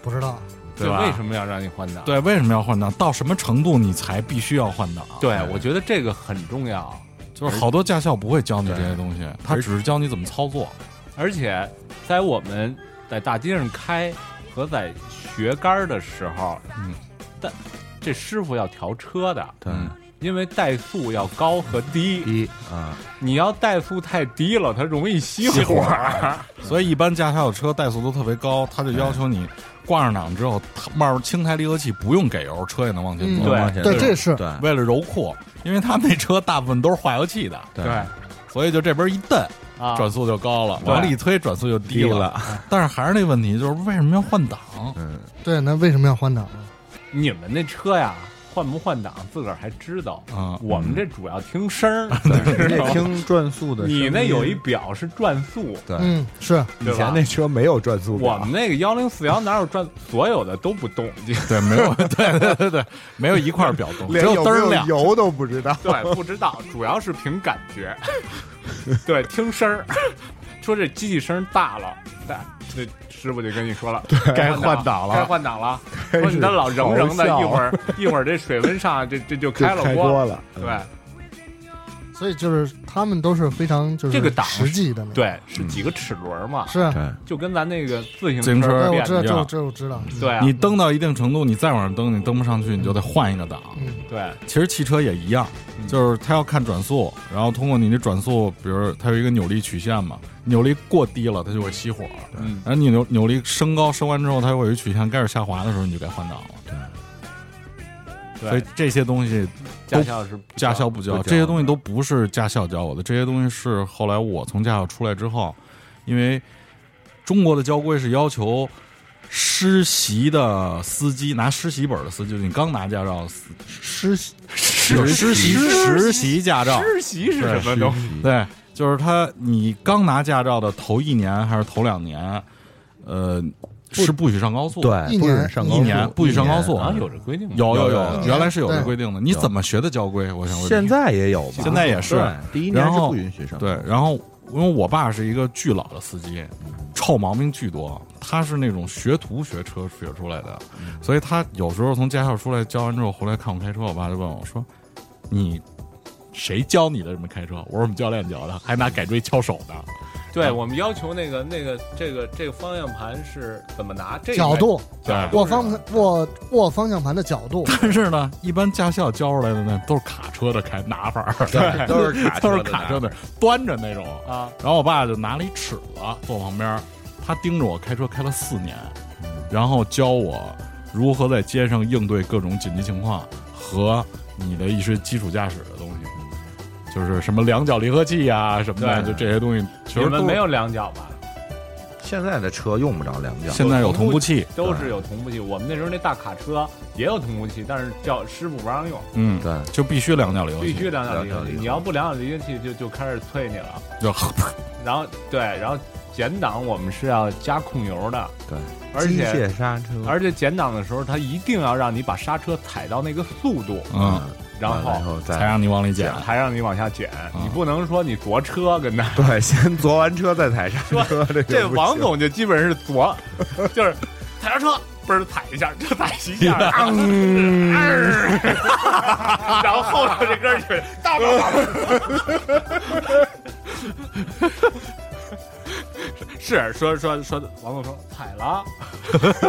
不知道。
对
对，
吧
为什么要让你换挡？
对，为什么要换挡？到什么程度你才必须要换挡？
哎
对，我觉得这个很重要，
就是好多驾校不会教你这些东西，他
而
只是教你怎么操作。
而且在我们在大街上开和在学杆儿的时候，
嗯，
但这师傅要调车的，
对，
因为怠速要高和低，
一啊，
你要怠速太低了，它容易熄
熄火
火。
所以一般驾校的车怠速都特别高，他就要求你挂上档之后，它慢慢轻抬离合器，不用给油，车也能往前走。
嗯
往前
对
走
这是
对
为了柔库，因为他们那车大部分都是化油器的，
对
所以就这边一蹬，
啊，
转速就高了；
对
往里一推，转速就低
低
了。
了，
但是还是那问题，就是为什么要换挡？
嗯，
对，那为什么要换挡？
你们那车呀，换不换挡自个儿还知道。
啊、
我们这主要听声 儿，
你得听转速的声音，
你那有一表是转速，
对，
嗯，是
以
对吧
前那车没有转速
我
表
们，那个幺零四幺哪有转，所有的都不动，
对，没有，对对对对，没有一块表动，只
连有
灯儿
没
亮
有。油都不知道。
对，不知道，主要是凭感觉，对，听声儿， 说这机器声大了，那那师傅就跟你说了，该
换挡了
该换挡了，
始
说你这老扔扔的，
咆哮
一会儿 一会儿这水温上这这就
就
开了
锅
锅，
了，嗯
对
所以就是他们都是非常就是
这个档
实际的那种，
对，是几个齿轮嘛，
是，
就跟咱那个自行
自行车
对，我
变
知
的
道，
一
这
样
我这我知道，
对啊
你蹬到一定程度，你再往上蹬，你蹬不上去，你就得换一个档。
嗯，
对，嗯
其实汽车也一样，就是它要看转速，然后通过你的转速，比如它有一个扭力曲线嘛，扭力过低了它就会熄火，
嗯
然后你扭扭力升高升完之后，它会有一曲线，开始下滑的时候你就该换挡了。所以
对，
这些东西
驾校是
驾校不教，
不教
这些东西都不是驾校教我的，这些东西是后来我从驾校出来之后，因为中国的交规是要求实习的司机拿实习本的司机，就是你刚拿驾照的司
实习
实实习实习驾照，
实习是什么东西？
对，就是他你刚拿驾照的头一年还是头两年，呃，是不许上高速，，
对，
一
不许
年
上
一
高速
年不许上高速
好啊像有这规定吗？
有有有，
有
原来是有这
对
规定的，你
有
怎么学的交规？我想问你
现在也有吧？
现在也是
对第一年
然
是
后
不允许上，
对，然后因为我爸是一个巨老的司机，臭毛病巨多，他是那种学徒学车学出来的，
嗯
所以他有时候从驾校出来教完之后回来看我开车，我爸就问我说：“你谁教你的这么开车？”我说：“我们教练教的，还拿改锥敲手呢。
对我们要求那个那个这个这个方向盘是怎么拿，这个
角度，
角
握
度
方握握方向盘的角 度，
但是呢，一般驾校教出来的呢都是卡车的开拿法儿，
对，都 是卡
都是
的
卡
拿
车的端着那种。
啊，
然后我爸就拿了一尺子坐旁边儿，他盯着我开车开了四年，然后教我如何在街上应对各种紧急情况和你的一些基础驾驶的东西，就是什么两脚离合器啊什么的，
对
就这些东西，其
你
实都
们没。有两脚吧？
现在的车用不着两脚，
现在有同步器，
都是有同步器。我们那时候那大卡车也有同步器，但是叫师傅不让用，
嗯，
对，
就必须两脚离合
必须
器，
两脚离合
两脚
器。
离合
你要不两脚离合器，就就开始啐你了。
就
然后对，然后减档我们是要加控油的，
对，
而
机
且
械刹车，
而且减档的时候，它一定要让你把刹车踩到那个速度，
嗯，
然
然
后
后嗯
才
再
让你往里减。
还让你往下减。你不能说你左车跟那。
对，先坐完车再踩刹车，这
这
个不
王
行
总就基本是左，就是踩刹车，嘣儿踩一下，就踩一下， 啊
嗯
啊然后后头这根腿大大大。
是说说说，王总说踩了，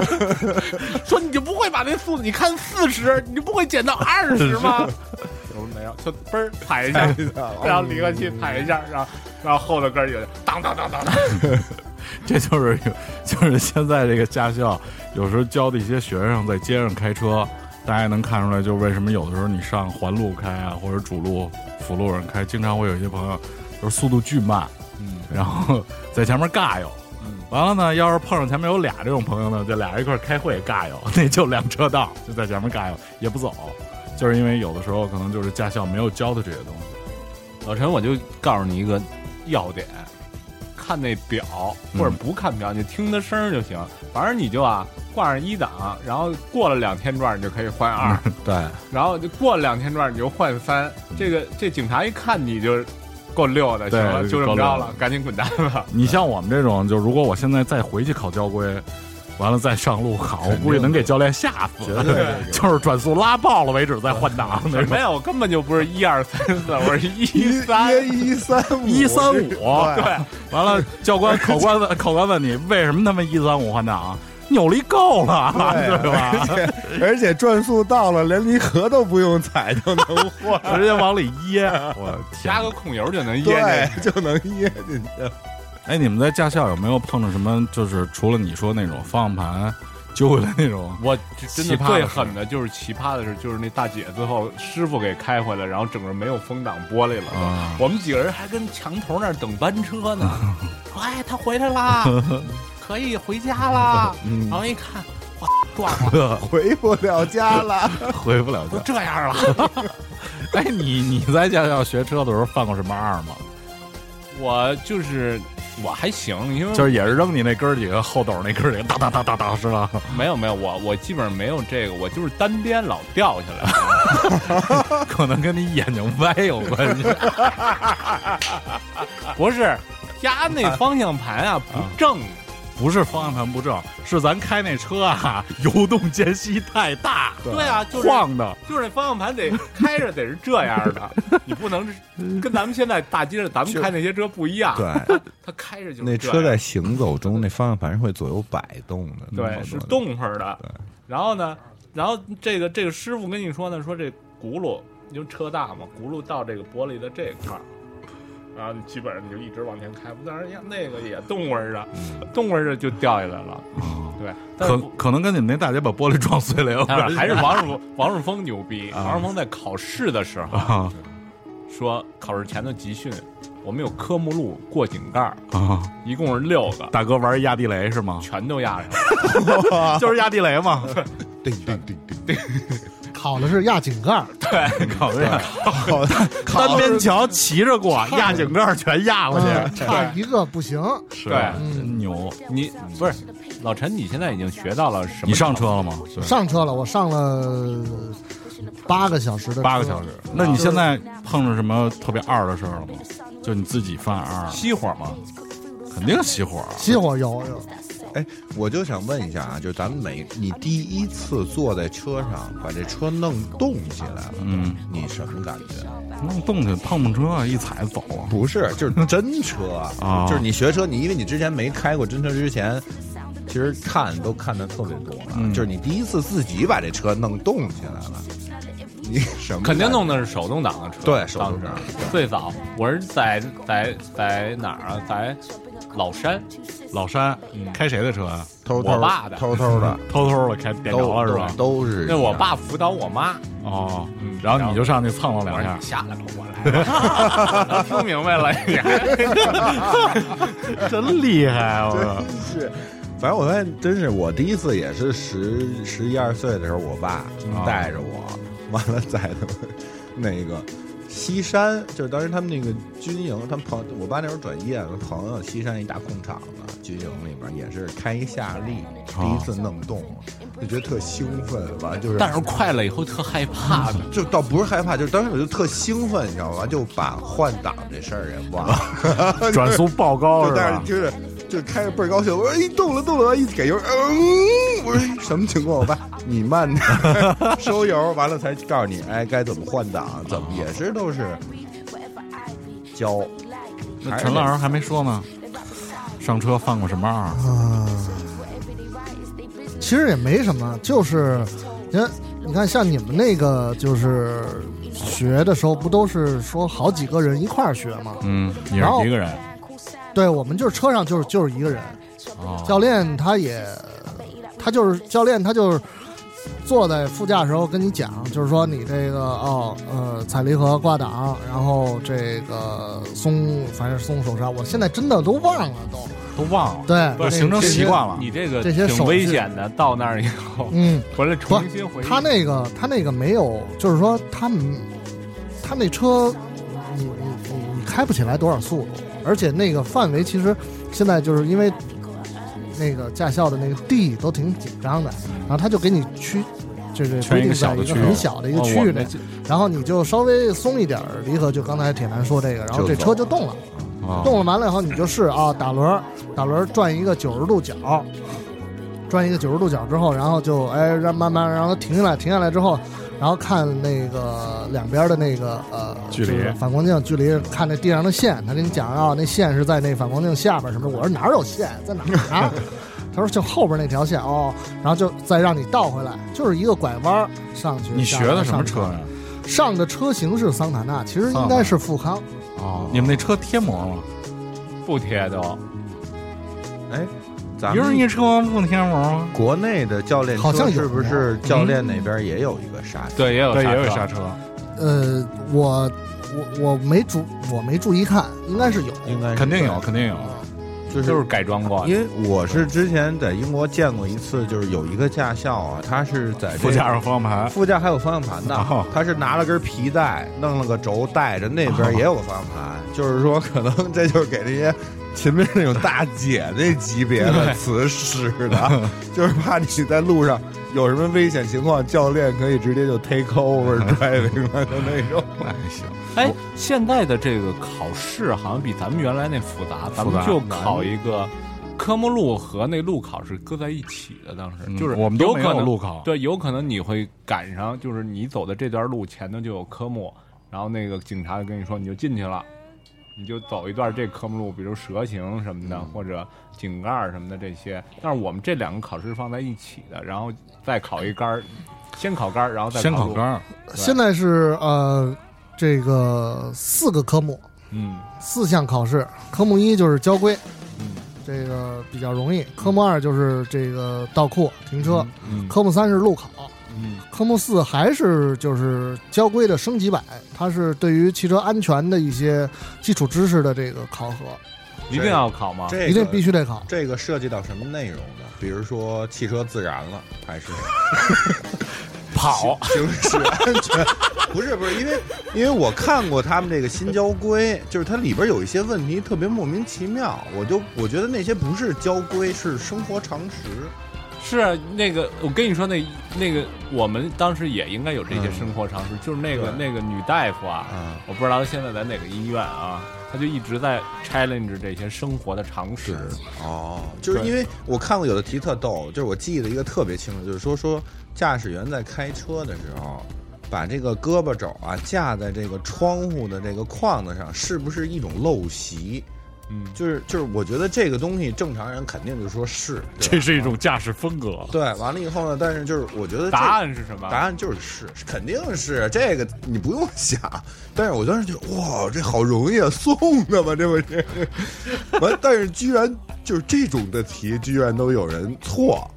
说你就不会把那速度，你看四十，你就不会减到二十吗？ 我说没有，就嘣儿踩一下，然后离合器踩一下，然后然后后头跟儿有当当当当当，
这就是 就是现在这个驾校有时候教的一些学生在街上开车，大家也能看出来，就是为什么有的时候你上环路开啊，或者主路、辅路上开，经常会有一些朋友就是速度巨慢，
嗯，
然后在前面尬游。完了呢，要是碰上前面有俩这种朋友呢，这俩人一块儿开会尬游，那就两车道，就在前面尬游也不走，就是因为有的时候可能就是驾校没有教的这些东西。
老陈，我就告诉你一个要点，看那表或者
嗯
不看表，你听它声儿就行。反正你就啊挂上一档，然后过了两天转你就可以换二，
嗯 对，嗯
然后就过了两天转你就换三。这个这警察一看你就够溜的，行
对
了，就这么着
够溜
了，赶紧滚蛋吧。
你像我们这种，就如果我现在再回去考交规，完了再上路考，我估计能给教练吓死，就是转速拉爆了为止再换挡那
没
种。
有，我根本就不是一二三四，我是一三。
一一三五
一三五，
对，
完了，教官、考官问考官问你为什么他们一三五换挡？扭力够了，对吧？
而且转速到了，连离合都不用踩就能换，
直接往里掖，我天
加！个控油就能 噎
对
着。，
就能噎进去。
哎，你们在驾校有没有碰着什么？就是除了你说那种方向盘揪回来那种，
我这真的
奇葩的
最
事
狠的就是奇葩的是，就是那大姐最后师傅给开回来，然后整个没有风挡玻璃了。
啊
我们几个人还跟墙头那儿等班车呢， 说：“哎，他回来 啦，可以回家 啦。”然后一看，哇，撞了，
回不了家了，
回不了
都
家？
这样了。
哎，你你在驾校学车的时候犯过什么二吗？
我就是我还行，因为
就是也是扔你那哥儿几个后斗那哥儿几个哒哒哒哒哒是吧？
没有没有我我基本上没有这个，我就是单边老掉下来。
可能跟你眼睛歪有关系。
不是，压那方向盘啊不正。
不是方向盘不正，是咱开那车啊，游动间隙太大，
对啊，就是
晃的。
就是那方向盘得开着得是这样的，你不能是跟咱们现在大街上 咱们开那些车不一样。，
对，
它开着就是
那
这
车
样
在行走中，那方向盘是会左右摆动的，好
对
多
是
的
动会儿嗯的
对。
然后呢，然后这个这个师傅跟你说呢，说这轱辘因为车大嘛，轱辘到这个玻璃的这一块儿。然后你基本上你就一直往前开，当然呀，那个也动会儿的，动会儿的就掉下来了。 对，但是
可可能跟你们那大姐把玻璃撞碎了有
嗯但是
关
还是 嗯王世峰，王世峰牛逼。王世峰在考试的时候，
啊
说考试前的集训，我们有科目路过井盖儿，
啊！
一共是六个，
大哥玩压地雷是吗？
全都压上了。
就是压地
哎
雷嘛。
考的是压井盖儿，
对，考虑单边桥骑着过，压井盖儿全压过
嗯
去。
差一个不行。
是
对
真啊牛！
你不是 老陈，你现在已经学到了什么？
你上车了吗？
上车了，我上了八个小时的车
八个小时。那你现在碰着什么特别二的事儿了吗？就你自己犯二，
熄火吗？
肯定熄火。啊
熄火油有，
哎，我就想问一下啊，就是咱们每你第一次坐在车上，把这车弄动起来了，
嗯，
你什么感觉？
弄动去碰碰车，一踩走啊。
不是，就是真车啊
啊
就是你学车，你因为你之前没开过真车之前，其实看都看的特别多啊了，就是你第一次自己把这车弄动起来了，你什么
肯定
感觉
弄的是手动挡的车，
对手动挡
当时最早我是在在在哪儿啊？在老山，嗯
老山开谁的车啊？
偷偷
我爸的
偷偷的，
偷偷的开点
都
着了是吧？
都都是
那我爸辅导我妈，
哦
嗯，
然后你就上去蹭了两
我说
下
你，下来吧，我来了，听明白了，你还
真厉害！我说
真是，反正我发现真是，我第一次也是十十一二岁的时候，我爸带着我， 完了在他们那个西山，就是当时他们那个军营，他们朋我爸那时候转业，他朋友西山一大空场子，军营里面也是开一夏利，第一次弄动，就觉得特兴奋，完了就是。
但是快了以后特害怕的。
就倒不是害怕，就是当时我就特兴奋，你知道吗？就把换挡这事儿给忘了，
转速爆高
就是但是
吧
你？听着，就开着倍儿高兴。我说一哎动了动了，一给油，嗯，我说什么情况？我爸，你慢点儿， 收油，完了才告诉你，哎，该怎么换挡，怎么也是都是教。
那陈老师还没说呢，上车犯过什么二？
啊，其实也没什么，就是，你看，你看，像你们那个就是学的时候，不都是说好几个人一块儿学吗？
嗯，你
然后
是一个人
对，我们就是车上就是就是一个人，
哦，
教练他也，他就是教练，他就是坐在副驾的时候跟你讲，就是说你这个哦，呃，踩离合挂档，然后这个松，反正松手刹，我现在真的都忘了都，
都忘了，
对，
都
这
形成
这些
习惯了。
你这个
这些
挺
手
危
势
险的，到那儿以后
嗯，
回来重新回忆。
他那个他那个没有，就是说他们他那车，你你你你开不起来多少速度，而且那个范围其实现在就是因为那个驾校的那个地都挺紧张的，然后他就给你区。就是
圈
规
一个
定
小的
在一个
区域
很小的一个
哦
区
我
域
们
内，
这
然后你就稍微松一点儿离合，就刚才铁男说这个，然后这车就动了，动了完了以后你就试啊，打轮儿，打轮儿转一个九十度角，转一个九十度角之后，然后就哎让慢慢让它停下来，停下来之后，然后看那个两边的那个呃
距离
就是反光镜距离，看那地上的线，他跟你讲啊，那线是在那反光镜下边什么的，我说哪儿有线，在哪儿啊？ 他说就后边那条线哦，然后就再让你倒回来，就是一个拐弯儿上去。
你
下
学
来
的什么
上去
车呀？
上的车型是桑塔纳，其实应该是富康。
哦，你们那车贴膜吗？
不贴都，
咱
一人
们
一车不贴膜吗？
国内的教练
好像
车
有嗯
是不是教练那边也有一个刹车？
对，也有
对，也有
刹
刹
车。哦
车。
呃，我我我没注我没注意看，应该是有。
应该是
肯定有，，肯定有。
就
就是是改装过的，
因为我是之前在英国见过一次，就是有一个驾校啊，他是在这
副驾驶方向盘，
副驾还有方向盘的
哦，
他是拿了根皮带，弄了个轴带着，那
哦
边也有个方向盘，就是说可能这就是给那些前面那种大姐那级别的词使的， 就是怕你在路上有什么危险情况，教练可以直接就 take over driving 了就那种。
哎行，
哎，现在的这个考试好像比咱们原来那复杂，咱们就考一个科目录和那路考是搁在一起的，当时
嗯
就是
我们
有
都没
可能
路考，
对，有可能你会赶上，就是你走的这段路前头就有科目，然后那个警察就跟你说你就进去了，你就走一段这科目路，比如蛇形什么的，
嗯
或者井盖儿什么的这些。但是我们这两个考试是放在一起的，然后再考一杆儿，先考杆儿，然后再
先考
路
杆，儿，
现在是呃，这个四个科目，
嗯，
四项考试。科目一就是交规，这个比较容易。科目二就是这个倒库停车，
嗯，
科目三是路考，
嗯
科目四还是就是交规的升级版，它是对于汽车安全的一些基础知识的这个考核，
一定要考吗？
这
一定必须得考。
这个涉及到什么内容呢？比如说汽车自燃了，还是跑行驶安全？不是不是，因为因为我看过他们这个新交规，就是它里边有一些问题特别莫名其妙，我就我觉得那些不是交规，是生活常识。
是啊那个，我跟你说，那那个我们当时也应该有这
嗯
些生活常识，就是那个
对
那个女大夫啊，
啊，
我不知道她现在在哪个医院啊，她就一直在 challenge 这些生活的常识。
哦，就是因为我看过有的题特逗，就是我记得一个特别清楚，就是说说驾驶员在开车的时候，把这个胳膊肘啊架在这个窗户的这个框子上，是不是一种陋习？
嗯，
就是就是，我觉得这个东西正常人肯定就说是，对
这
吧
是一种驾驶风格。
对。完了以后呢，但是就是我觉得这
答案是什
啊
么？
答案就是是，肯定是这个，你不用想。但是我当时觉得，哇，这好容易啊，送的吧，这不是？ 完，但是居然就是这种的题，居然都有人错，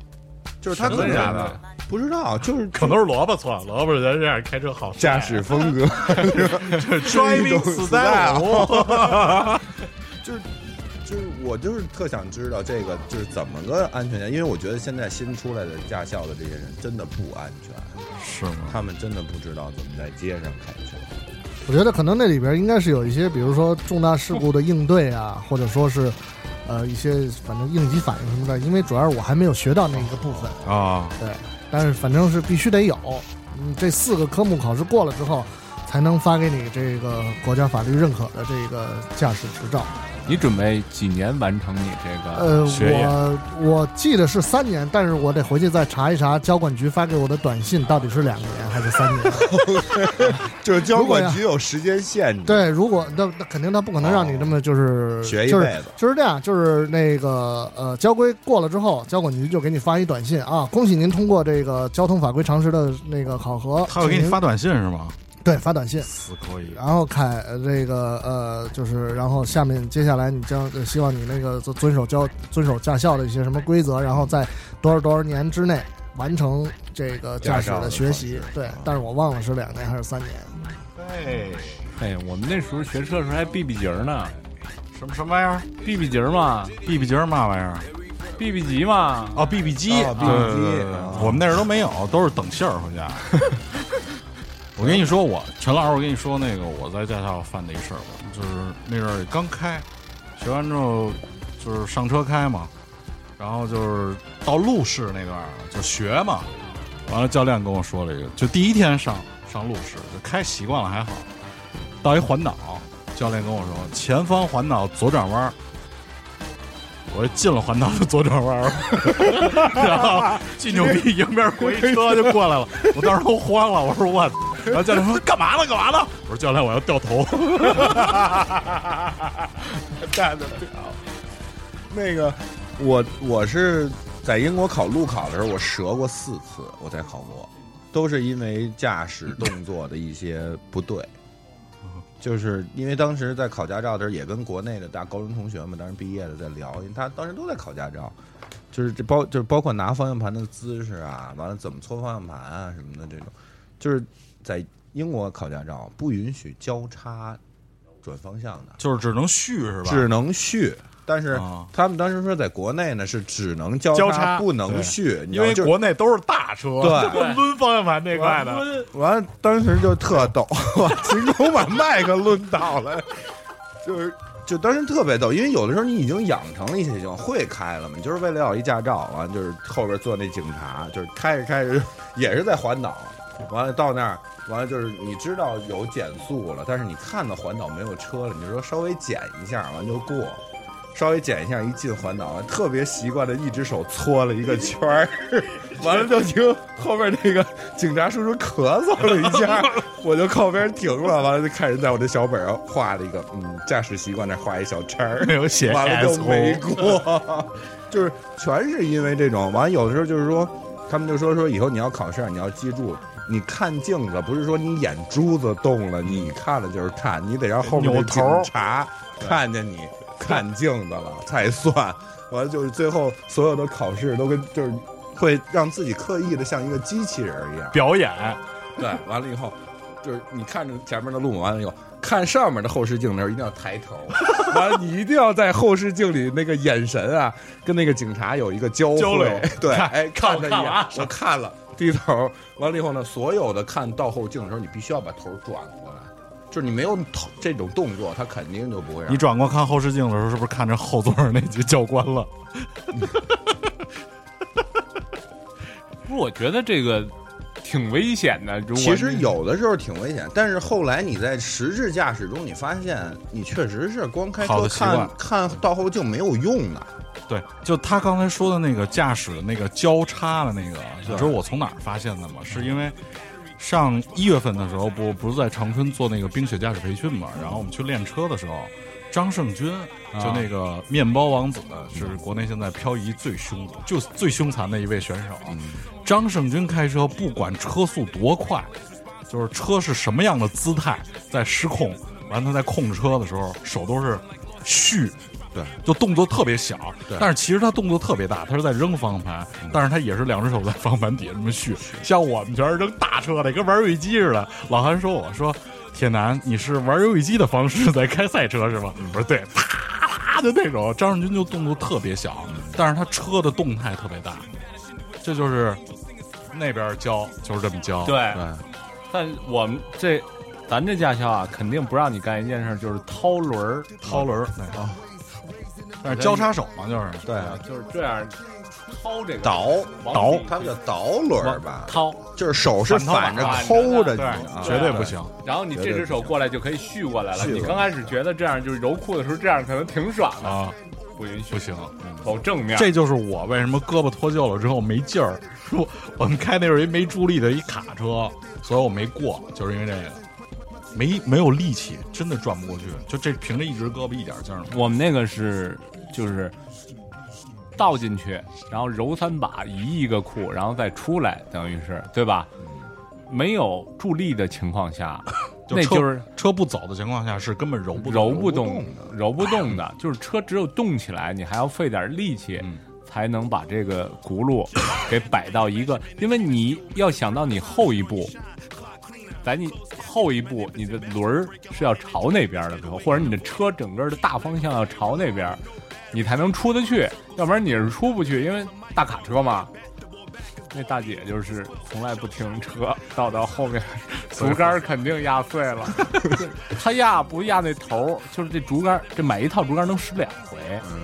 就是他可
真的假
能
的？
不知道，就是
可能是萝卜错，萝卜人这样开车好
驾驶风 格
driving
死
啊 style，
就是就是我就是特想知道这个就是怎么个安全性，因为我觉得现在新出来的驾校的这些人真的不安全，
是吗？
他们真的不知道怎么在街上开车。
我觉得可能那里边应该是有一些，比如说重大事故的应 对啊，或者说是，呃，一些反正应急反应什么的。因为主要是我还没有学到那一个部分，
啊，
但是反正是必须得有。嗯，这四个科目考试过了之后，才能发给你这个国家法律认可的这个驾驶执照。
你准备几年完成你这
呃，
个学业？
我我记得是三年，但是我得回去再查一查交管局发给我的短信到底是两年还是三年。
就是交
如果
管
呀
局有时间限制，
对，如果那那肯定他不可能让你这么就是、
哦学一
就
辈
是
子
就是这样，就是那个呃交规过了之后，交管局就给你发一短信啊，恭喜您通过这个交通法规常识的那个考核。
他会给
请
你
您
发短信是吗？
对发短信，
死可以
然后凯呃这个呃就是然后下面接下来你将、呃希望你那个遵遵守交遵守驾校的一些什么规则，然后在多少多少年之内完成这个驾驶
驾校
的
的
学习
考试。
对
啊，
但是我忘了是两年还是三年。
哎，
哎，我们那时候学车的时候还避避节儿呢，
什么什么玩意儿
避避节儿嘛，
？B B 机嘛玩意儿？
避避级嘛。
哦，B B 机
哦，BB 机啊
我们那时候都没有，都是等信儿回家。 我跟你说，我陈老师，我跟你说那个我在驾校犯的一事儿吧，就是那阵儿刚开，学完之后就是上车开嘛，然后就是到路试那段儿就学嘛，完了教练跟我说了一个，就第一天上上路试就开习惯了还好，到一环岛，教练跟我说前方环岛左转弯儿，我说进了环岛就左转弯儿，然后巨牛逼迎面回一车就过 来了，我当时都慌了，我说我，然后教练说干嘛呢干嘛呢？我说教练我要掉头，
干得了。那个，我我是在英国考路考的时候，我折过四次，我才考过，都是因为驾驶动作的一些不对。
嗯
就是因为当时在考驾照的时候，也跟国内的大高中同学们，当时毕业的在聊，因为他当时都在考驾照，就是这包就是包括拿方向盘的姿势啊，完了怎么搓方向盘啊什么的这种，就是在英国考驾照不允许交叉转方向的，
就是只能续是吧？
只能续。但是
啊
他们当时说，在国内呢是只能交
交叉
不能续，你
因
要
为
就
国内都是大车，
对
不抡方向盘那块的。
完了，当时就特逗， 我秦工把麦克抡倒了， 就是就当时特别逗，因为有的时候你已经养成了一些习惯，会开了嘛，你就是为了要一驾照，完了就是后边坐那警察，就是开着开着也是在环岛，完了到那儿。完了就是你知道有减速了，但是你看到环岛没有车了，你就说稍微减一下，完了就过，稍微减一下，一进环岛，特别习惯的一只手搓了一个圈 儿，完了就听后边那个警察叔叔咳嗽了一下， 我就靠边停了，完了就看人在我的小本上画了一个，嗯，驾驶习惯那儿画一小叉儿，
没有写
完了就
S
没过， 就是全是因为这种。完了有的时候就是说，他们就说说以后你要考试啊，你要记住，你看镜子不是说你眼珠子动了，你看了就是看，你得让后面的
扭
警
头
察看见你看镜子了才算。完了就是最后所有的考试都跟就是会让自己刻意的像一个机器人一样。
表演，
对，完了以后，就是你看着前面的路嘛，完了以后看上面的后视镜的时候一定要抬 头，完了你一定要在后视镜里那个眼神啊，跟那个警察有一个交汇
交流
对，
看
哎，
看
看着一
我看我
眼
啊，
我看了，低头，完了以后呢，所有的看倒后镜的时候，你必须要把头转过来，就是你没有头这种动作，他肯定就不会让
你转过看后视镜的时候，是不是看着后座上那几教官了？
不是，我觉得这个挺危险的。如果
其实有的时候挺危险，但是后来你在实质驾驶中，你发现你确实是光开
好
车
的习惯
看看倒后镜没有用的。
对，就他刚才说的那个驾驶的那个交叉的那个，你知道我从哪儿发现的吗？是因为上一月份的时候，不不是在长春做那个冰雪驾驶培训嘛，然后我们去练车的时候，张胜军就那个面包王子呢，是国内现在漂移最凶、就最凶残的一位选手。张胜军开车不管车速多快，就是车是什么样的姿态在失控，完他在控制车的时候手都是蓄，
对，
就动作特别小，
对
但是其实他动作特别大，他是在扔方向盘，但是他也是两只手在方向盘底下这么蓄，像我们全是扔大车的，跟玩游戏机似的。老韩说我说。铁男，你是玩游戏机的方式在开赛车是吗？我说对，啪啪就那种。张胜军就动作特别小，但是他车的动态特别大，这就是那边教就是这么教。
对，但我们这咱这驾校啊，肯定不让你干一件事，就是掏轮儿，
啊掏轮儿，但是交叉手嘛，就是
对啊，
就是这样掏这个
倒
往
倒
里，
他们叫倒轮儿吧，
掏，
就是手是反着抠着你啊，
绝对不行。
然后你这只手过来就可以续过来了。
续过来
你刚开始觉得这样就是揉裤的时候这样可能挺爽的，
啊！
不允许，
不行，
走正面。
这就是我为什么胳膊脱臼了之后没劲儿。我我们开那时候一没助力的一卡车，所以我没过，就是因为这个，没没有力气，真的转不过去。就这凭着一只胳膊一点劲儿都没有。
我们那个是就是倒进去，然后揉三把移一个裤，然后再出来，等于是对吧？没有助力的情况下，那
车
就是
车不走的情况下是根本揉不
揉
不
不动、揉不动的， 就是车只有动起来，你还要费点力气。才能把这个轱辘给摆到一个，因为你要想到你后一步，在你后一步，你的轮儿是要朝那边的，比如或者你的车整个的大方向要朝那边，你才能出得去，要不然你是出不去，因为大卡车嘛。那大姐就是从来不停车，倒到后面，竹竿儿肯定压碎了。她压不压那头儿，就是这竹竿儿，这买一套竹竿儿能使两回，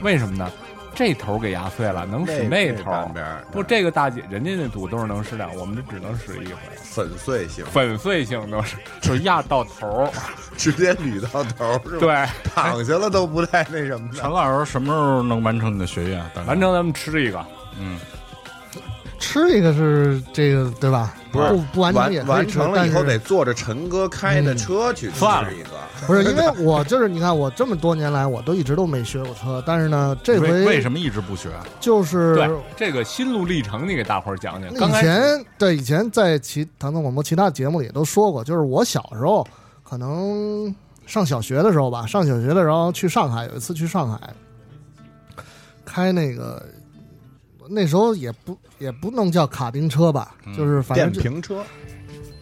为什么呢？这头儿给压碎了，能使
那
头
半边
儿。
儿
不，这个大姐人家那堵都是能使两，我们这只能使一回，
粉碎性，
粉碎性都是，就是压到头儿。
直接捋到头儿是吧？，
对，
躺下了都不带那什么的
陈。老师什么时候能完成你的学业？啊大概
完成咱们吃一个，
吃这个是这个对吧？
不是
不不完成也
完
可以
完
吃
成了以后
但是嗯
得坐着陈哥开的车去吃
算了
一个，
不是因为我就是你看我这么多年来我都一直都没学过车，但是呢这
为为
回
什么一直不学？
就是
对这个心路历程，你给大伙儿讲讲。
那
刚
以
开始
前对以前在其唐唐广播其他节目里也都说过，就是我小时候可能上小学的时候吧，上小学的时候去上海，有一次去上海开那个。那时候也不也不能叫卡丁车吧，
嗯
就是反
电
正就
瓶车，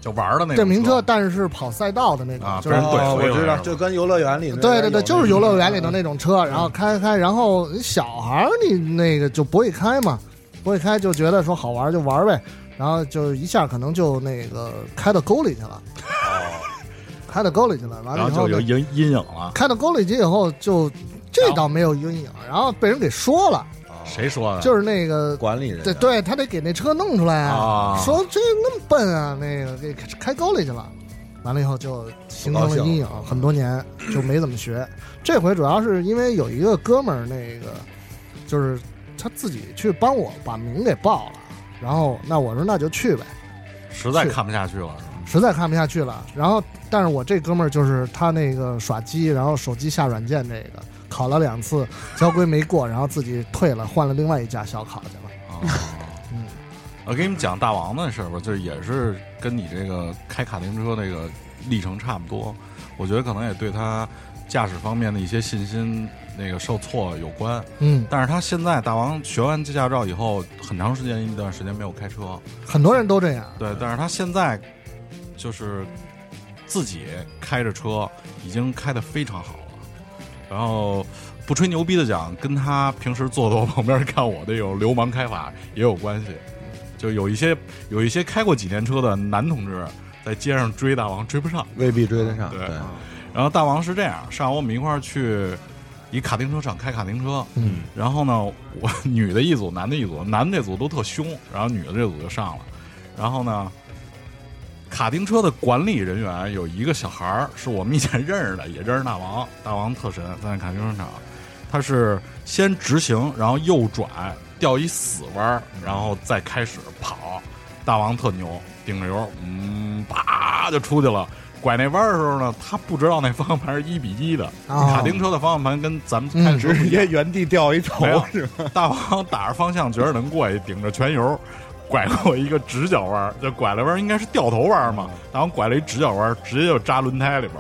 就玩儿的那种
电瓶车，
车，
但是是跑赛道的那种，
啊
就是
不是对
哦
我有
我知道，
点儿
就跟游乐园里那边
对对对，
有
就是游乐园里
那种
嗯
的那种车，然后开开，然后小孩儿你那个就不会开嘛，不会开就觉得说好玩儿就玩儿呗，然后就一下可能就那个开到沟里去了，开到沟里去了，完
哦然
了
后
以
就
后
有
呢
阴阴影了。
开到沟里去以后就这倒没有阴影，然后被人给说了，
谁说的？
就是那个
管理人
对对，他得给那车弄出来啊！
啊
说这那么笨啊，那个给开沟里去了。完了以后就形成了阴影，很多年就没怎么学。这回主要是因为有一个哥们儿，那个就是他自己去帮我把名给报了，然后那我说那就去呗，
实在
是
看不下去了，
实在看不下去了。然后但是我这哥们儿就是他那个耍机，然后手机下软件这个考了两次，交规没过，然后自己退了，换了另外一家小考去了。
啊
嗯，
我呃给你们讲大王的事儿吧，就是也是跟你这个开卡丁车这个历程差不多，我觉得可能也对他驾驶方面的一些信心那个受挫有关。
嗯，
但是他现在大王学完驾照以后，很长时间一段时间没有开车，
很多人都这样。
对，但是他现在就是自己开着车，已经开得非常好了。然后不吹牛逼的讲，跟他平时坐在我旁边看我这种流氓开法也有关系。就有一些 有一些开过几年车的男同志在街上追大王，追不上。
未必追得上，
对
对，
然后大王是这样，上回我们一块儿去一卡丁车厂开卡丁车，
嗯，
然后呢，我 女的一组，男的一组，男的这组都特凶，然后女的这组就上了，然后呢，卡丁车的管理人员有一个小孩儿是我们以前 认识的，也认识大王，大王特神，在那卡丁车厂，他是先直行，然后右转掉一死弯儿，然后再开始跑，大王特牛，顶着油，嗯，啪就出去了。拐那弯儿的时候呢，他不知道那方向盘是一比一的，
哦
卡丁车的方向盘跟咱们开的车不一样
原地掉一头
没 有大王打着方向觉得能过去，顶着全油，拐过一个直角弯儿，就拐了弯儿，应该是掉头弯儿
嗯
嘛。大王拐了一直角弯儿，直接就扎轮胎里边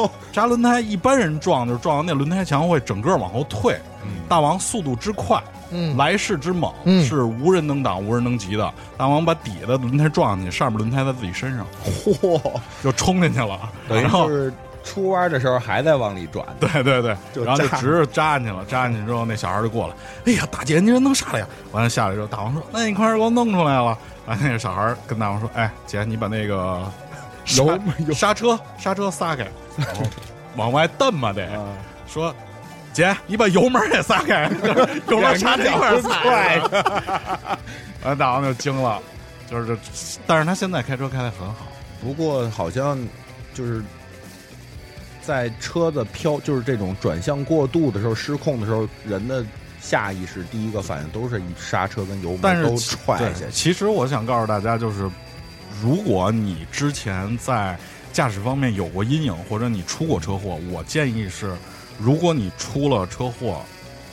了。扎轮胎一般人撞就是撞到那轮胎墙会整个往后退，
嗯
大王速度之快，
嗯，
来势之猛，
嗯
是无人能挡、无人能及的。大王把底下的轮胎撞上去，上面轮胎在自己身上，
嚯，
就冲进去了。
等于
嗯然后
就是出弯的时候还在往里转，
对对对，
就
然后就
扎
直着扎进去了，扎进去之后，那小孩就过来，哎呀，大姐，您能下来呀？完了下来之后，大王说，那你快点给我弄出来了。完了，那个小孩跟大王说，哎，姐，你把那个 刹
油哦啊
刹车刹车撒开，往外蹬吧得。说，姐，你把油门也撒开， 油门插这块儿踩着。 啊，大王就惊了，就是，但是他现在开车开的很好，
不过好像就是在车子飘，就是这种转向过度的时候、失控的时候，人的下意识第一个反应都是一刹车跟油门
但是
都
其
踹
对
下去。
其实我想告诉大家，就是如果你之前在驾驶方面有过阴影，或者你出过车祸，我建议是，如果你出了车祸，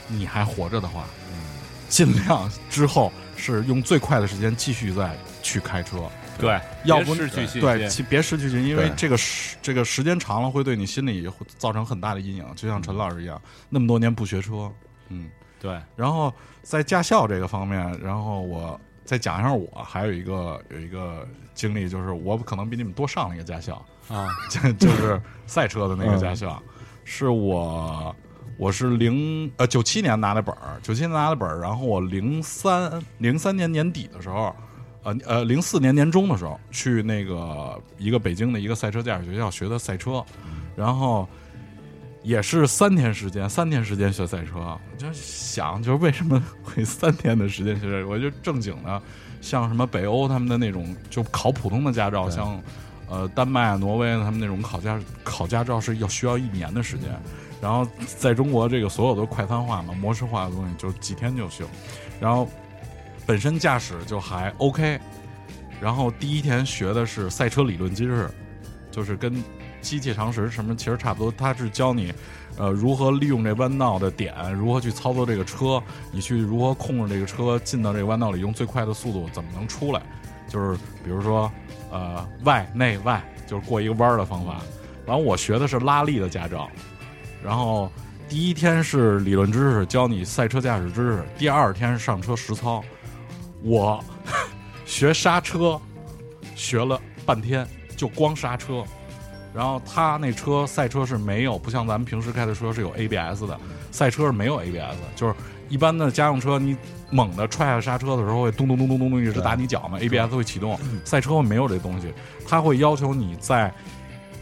你还活着的话，
嗯
尽量之后是用最快的时间继续再去开车。
对，
要不
别失去信
对，
心。
其别失去信心，因为
对
这个时这个时间长了，会对你心里会造成很大的阴影。就像
嗯
陈老师一样，那么多年不学车，嗯，
对，
然后在驾校这个方面，然后我再讲一下我还有一个有一个经历，就是我可能比你们多上了一个驾校，
啊，
就就是赛车的那个驾校，是我我是零呃九七年拿的本儿，九七年拿的本儿，然后我零三零三年年底的时候。呃呃，零四年年中的时候，去那个一个北京的一个赛车驾驶学校学的赛车，然后也是三天时间，三天时间学赛车，我就想，就是为什么会三天的时间学赛车？我就正经的，像什么北欧他们的那种，就考普通的驾照，像呃丹麦啊、挪威啊他们那种考驾考驾照是要需要一年的时间。然后在中国，这个所有都快餐化嘛、模式化的东西，就几天就修。然后本身驾驶就还 OK，然后第一天学的是赛车理论机制，就是跟机械常识什么其实差不多，它是教你。呃，如何利用这弯道的点，如何去操作这个车，你去如何控制这个车进到这个弯道里，用最快的速度怎么能出来？就是比如说，呃，外内外，就是过一个弯儿的方法。然后我学的是拉力的驾照，然后第一天是理论知识，教你赛车驾驶知识；第二天上车实操，我学刹车学了半天，就光刹车。然后他那车赛车是没有，不像咱们平时开的车是有 ABS 的，赛车是没有 ABS 的，就是一般的家用车你猛地踹下刹车的时候会咚咚咚咚咚咚一直打你脚嘛，ABS 会启动，赛车没有这东西，它会要求你在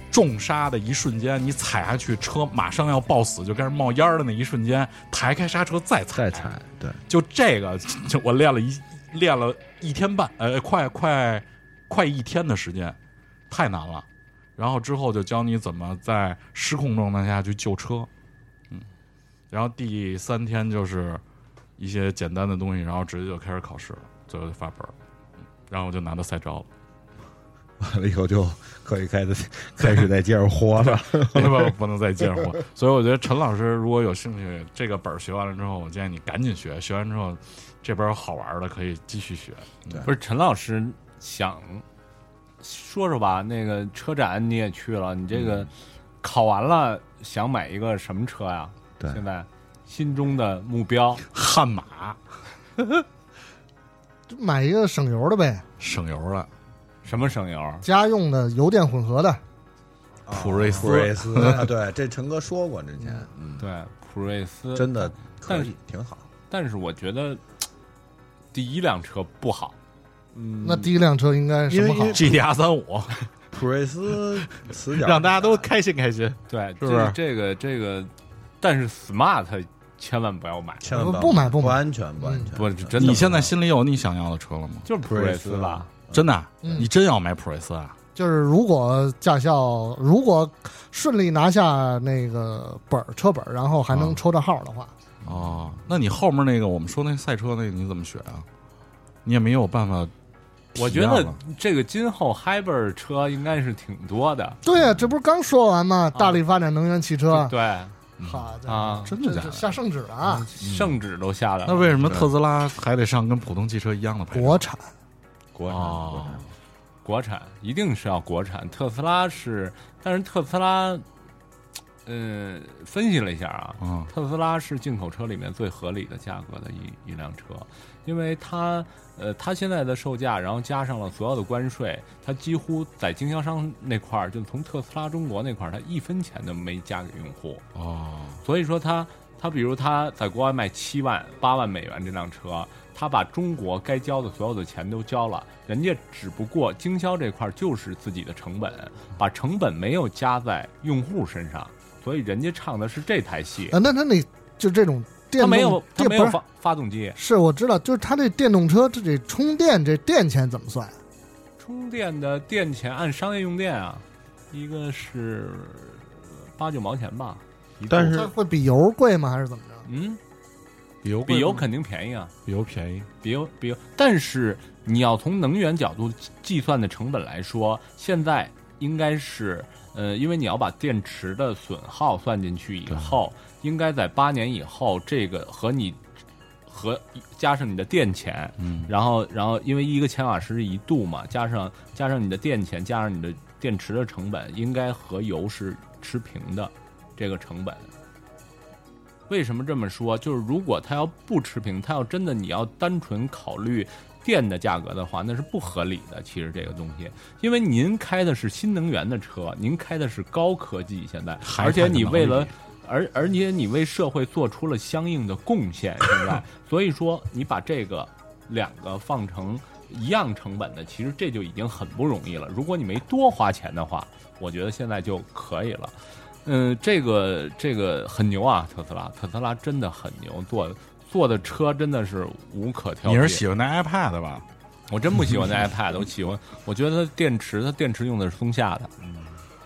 重刹的一瞬间，你踩下去车马上要抱死就开始冒烟儿的那一瞬间，抬开刹车再踩，
再踩，对，
就这个， 就我练了一练了一天半，呃，快快快一天的时间，太难了。然后之后就教你怎么在失控状态下去救车，嗯，然后第三天就是一些简单的东西，然后直接就开始考试了，最后就发本儿，嗯然后我就拿到赛照了。
完了以后就可以开始开始再接着活了。
对吧？我不能再见我，所以我觉得陈老师如果有兴趣，这个本儿学完了之后，我建议你赶紧学，学完之后这边有好玩的可以继续学。
不是陈老师想说说吧，那个车展你也去了，你这
嗯
个考完了想买一个什么车呀？
对
现在心中的目标，
悍马
就买一个省油的呗，
省油了，
什么省油？
家用的油电混合的，
普锐斯
普锐斯， 啊对，这陈哥说过之前，嗯，
对，普锐斯。
真的可
但
以，挺好。
但是我觉得第一辆车不好，
嗯
那第一辆车应该什么好？
GTR 三五，
普锐斯死角
让大家都开心开心。
对，
是不是
这个这个，但是 smart 千万不要买，
千万要
呃不买不买
不安全，不安全。
不是真的。
你现在心里有你想要的车了吗？
就是普锐斯吧？
真的啊，
嗯
你真要买普锐斯啊？
就是如果驾校如果顺利拿下那个本儿车本儿，然后还能
啊
抽着号的话，
嗯
哦，那你后面那个我们说那赛车那个你怎么学啊？你也没有办法体
我觉
验了。
得这个今后 hybrid 车应该是挺多的。
对呀、这不是刚说完吗？大力发展能源汽车，
啊
啊
对
好家伙，
啊，
真的假
这
的？
下圣旨了啊！
圣旨都下来了。
嗯那为什么特斯拉还得上跟普通汽车一样
嗯
的牌照？
国产
国产
哦，
国产一定是要国产，特斯拉是，但是特斯拉，呃，分析了一下啊，
嗯
特斯拉是进口车里面最合理的价格的一一辆车，因为它呃它现在的售价，然后加上了所有的关税，它几乎在经销商那块儿，就从特斯拉中国那块儿，它一分钱都没加给用户，
哦，
所以说它它比如它在国外卖七万八万美元这辆车，它把中国该交的所有的钱都交了，人家只不过经销这块儿就是自己的成本，把成本没有加在用户身上，所以人家唱的是这台戏，
啊，那他那就这种电
他
动，
没有他
电
没
不
有
是
发发动机，
是我知道，就是他这电动车这这充电这电钱怎么算？
充电的电钱按商业用电啊，一个是呃八九毛钱吧，一度
但是
它会比油贵吗？还是怎么着？
嗯，
比油贵
比油
吗
肯定便宜啊，
比油便宜，
比油比油，但是你要从能源角度计算的成本来说，现在应该是呃，因为你要把电池的损耗算进去以后，应该在八年以后，这个和你和加上你的电钱，
嗯，
然后，然后因为一个千瓦时是一度嘛，加上加上你的电钱，加上你的电池的成本，应该和油是持平的，这个成本。为什么这么说？就是如果它要不持平，它要真的你要单纯考虑电的价格的话，那是不合理的。其实这个东西，因为您开的是新能源的车，您开的是高科技，现在，
还
而且
看
你
着
为
毛
了
利
而而且你为社会做出了相应的贡献，现 在，所以说你把这个两个放成一样成本的，其实这就已经很不容易了。如果你没多花钱的话，我觉得现在就可以了。嗯，这个这个很牛啊，特斯拉，特斯拉真的很牛，做做的车真的是无可挑剔。
你是喜欢那 iPad 吧？
我真不喜 欢那 iPad，我喜欢，我觉得它电池，它电池用的是松下的，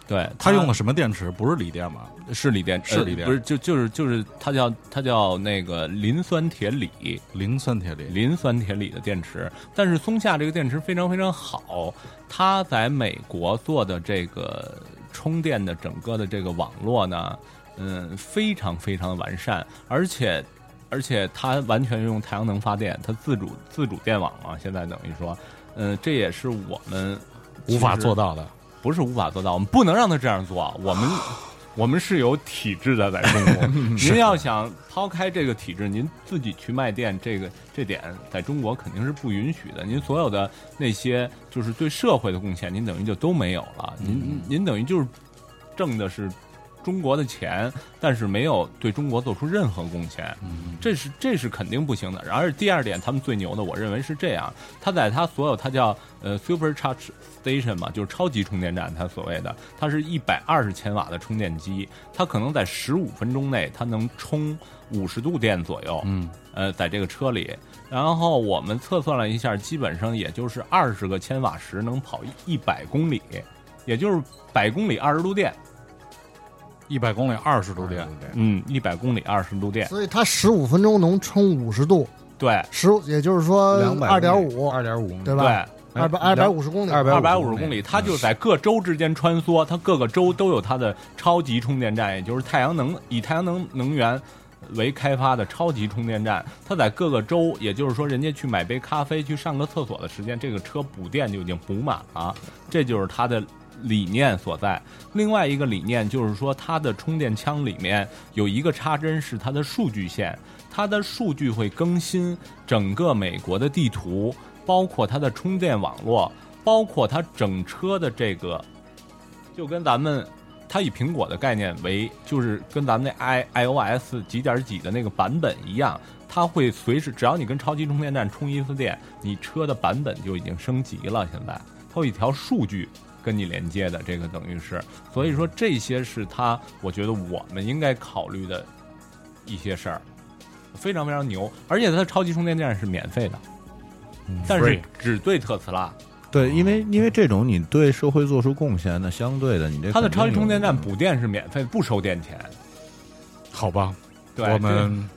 对，
嗯它用的什么电池？不是锂电吧？
是锂电，
是
呃
锂电
不是就就是就是它叫它叫那个磷酸铁锂，
磷酸铁锂。
磷酸铁锂的电池。但是松下这个电池非常非常好，它在美国做的这个充电的整个的这个网络呢，嗯，非常非常完善，而且。而且它完全用太阳能发电，它自主自主电网啊，现在等于说，嗯、这也是我们
无
其
法
实
做到的，
不是无法做到，我们不能让他这样做。我们 我们是有体制的，在中国。您要想抛开这个体制，您自己去卖电，这个这点在中国肯定是不允许的。您所有的那些就是对社会的贡献，您等于就都没有了。您您等于就是挣的是中国的钱，但是没有对中国做出任何贡献。这是这是肯定不行的。然而第二点，他们最牛的，我认为是这样，它在它所有它叫呃 Super Charge Station 嘛，就是超级充电站，它所谓的，它是一百二十千瓦的充电机，它可能在十五分钟内它能充五十度电左右，嗯，呃，在这个车里。然后我们测算了一下，基本上也就是二十个千瓦时能跑一百公里，也就是百公里二十度电，
一百公里二十度电，
嗯，一百公里二十度电，
所以它十五分钟能充五十度，
对
十也就是说
两百
呃二点五，
二点五，
对吧？
对。
二百二百五十公里，
二
二
百
百五十公里，它就在各州之间穿梭，它各个州都有它的超级充电站，也就是太阳能以太阳能能源为开发的超级充电站。它在各个州，也就是说，人家去买杯咖啡、去上个厕所的时间，这个车补电就已经补满了，啊这就是它的。理念所在，另外一个理念就是说，它的充电枪里面有一个插针是它的数据线，它的数据会更新整个美国的地图，包括它的充电网络，包括它整车的这个，就跟咱们它以苹果的概念为，就是跟咱们那 i iOS 几点几的那个版本一样，它会随时，只要你跟超级充电站充一次电，你车的版本就已经升级了。现在它有一条数据。跟你连接的这个等于是，所以说这些是它，我觉得我们应该考虑的一些事儿，非常非常牛，而且它的超级充电站是免费的，
嗯
但是
free
只对特斯拉，
对，因为因为这种你对社会做出贡献，那相对的你这
它的
肯定
超级充电站
有
补电是免费，不收电钱。
好吧？
对，
我们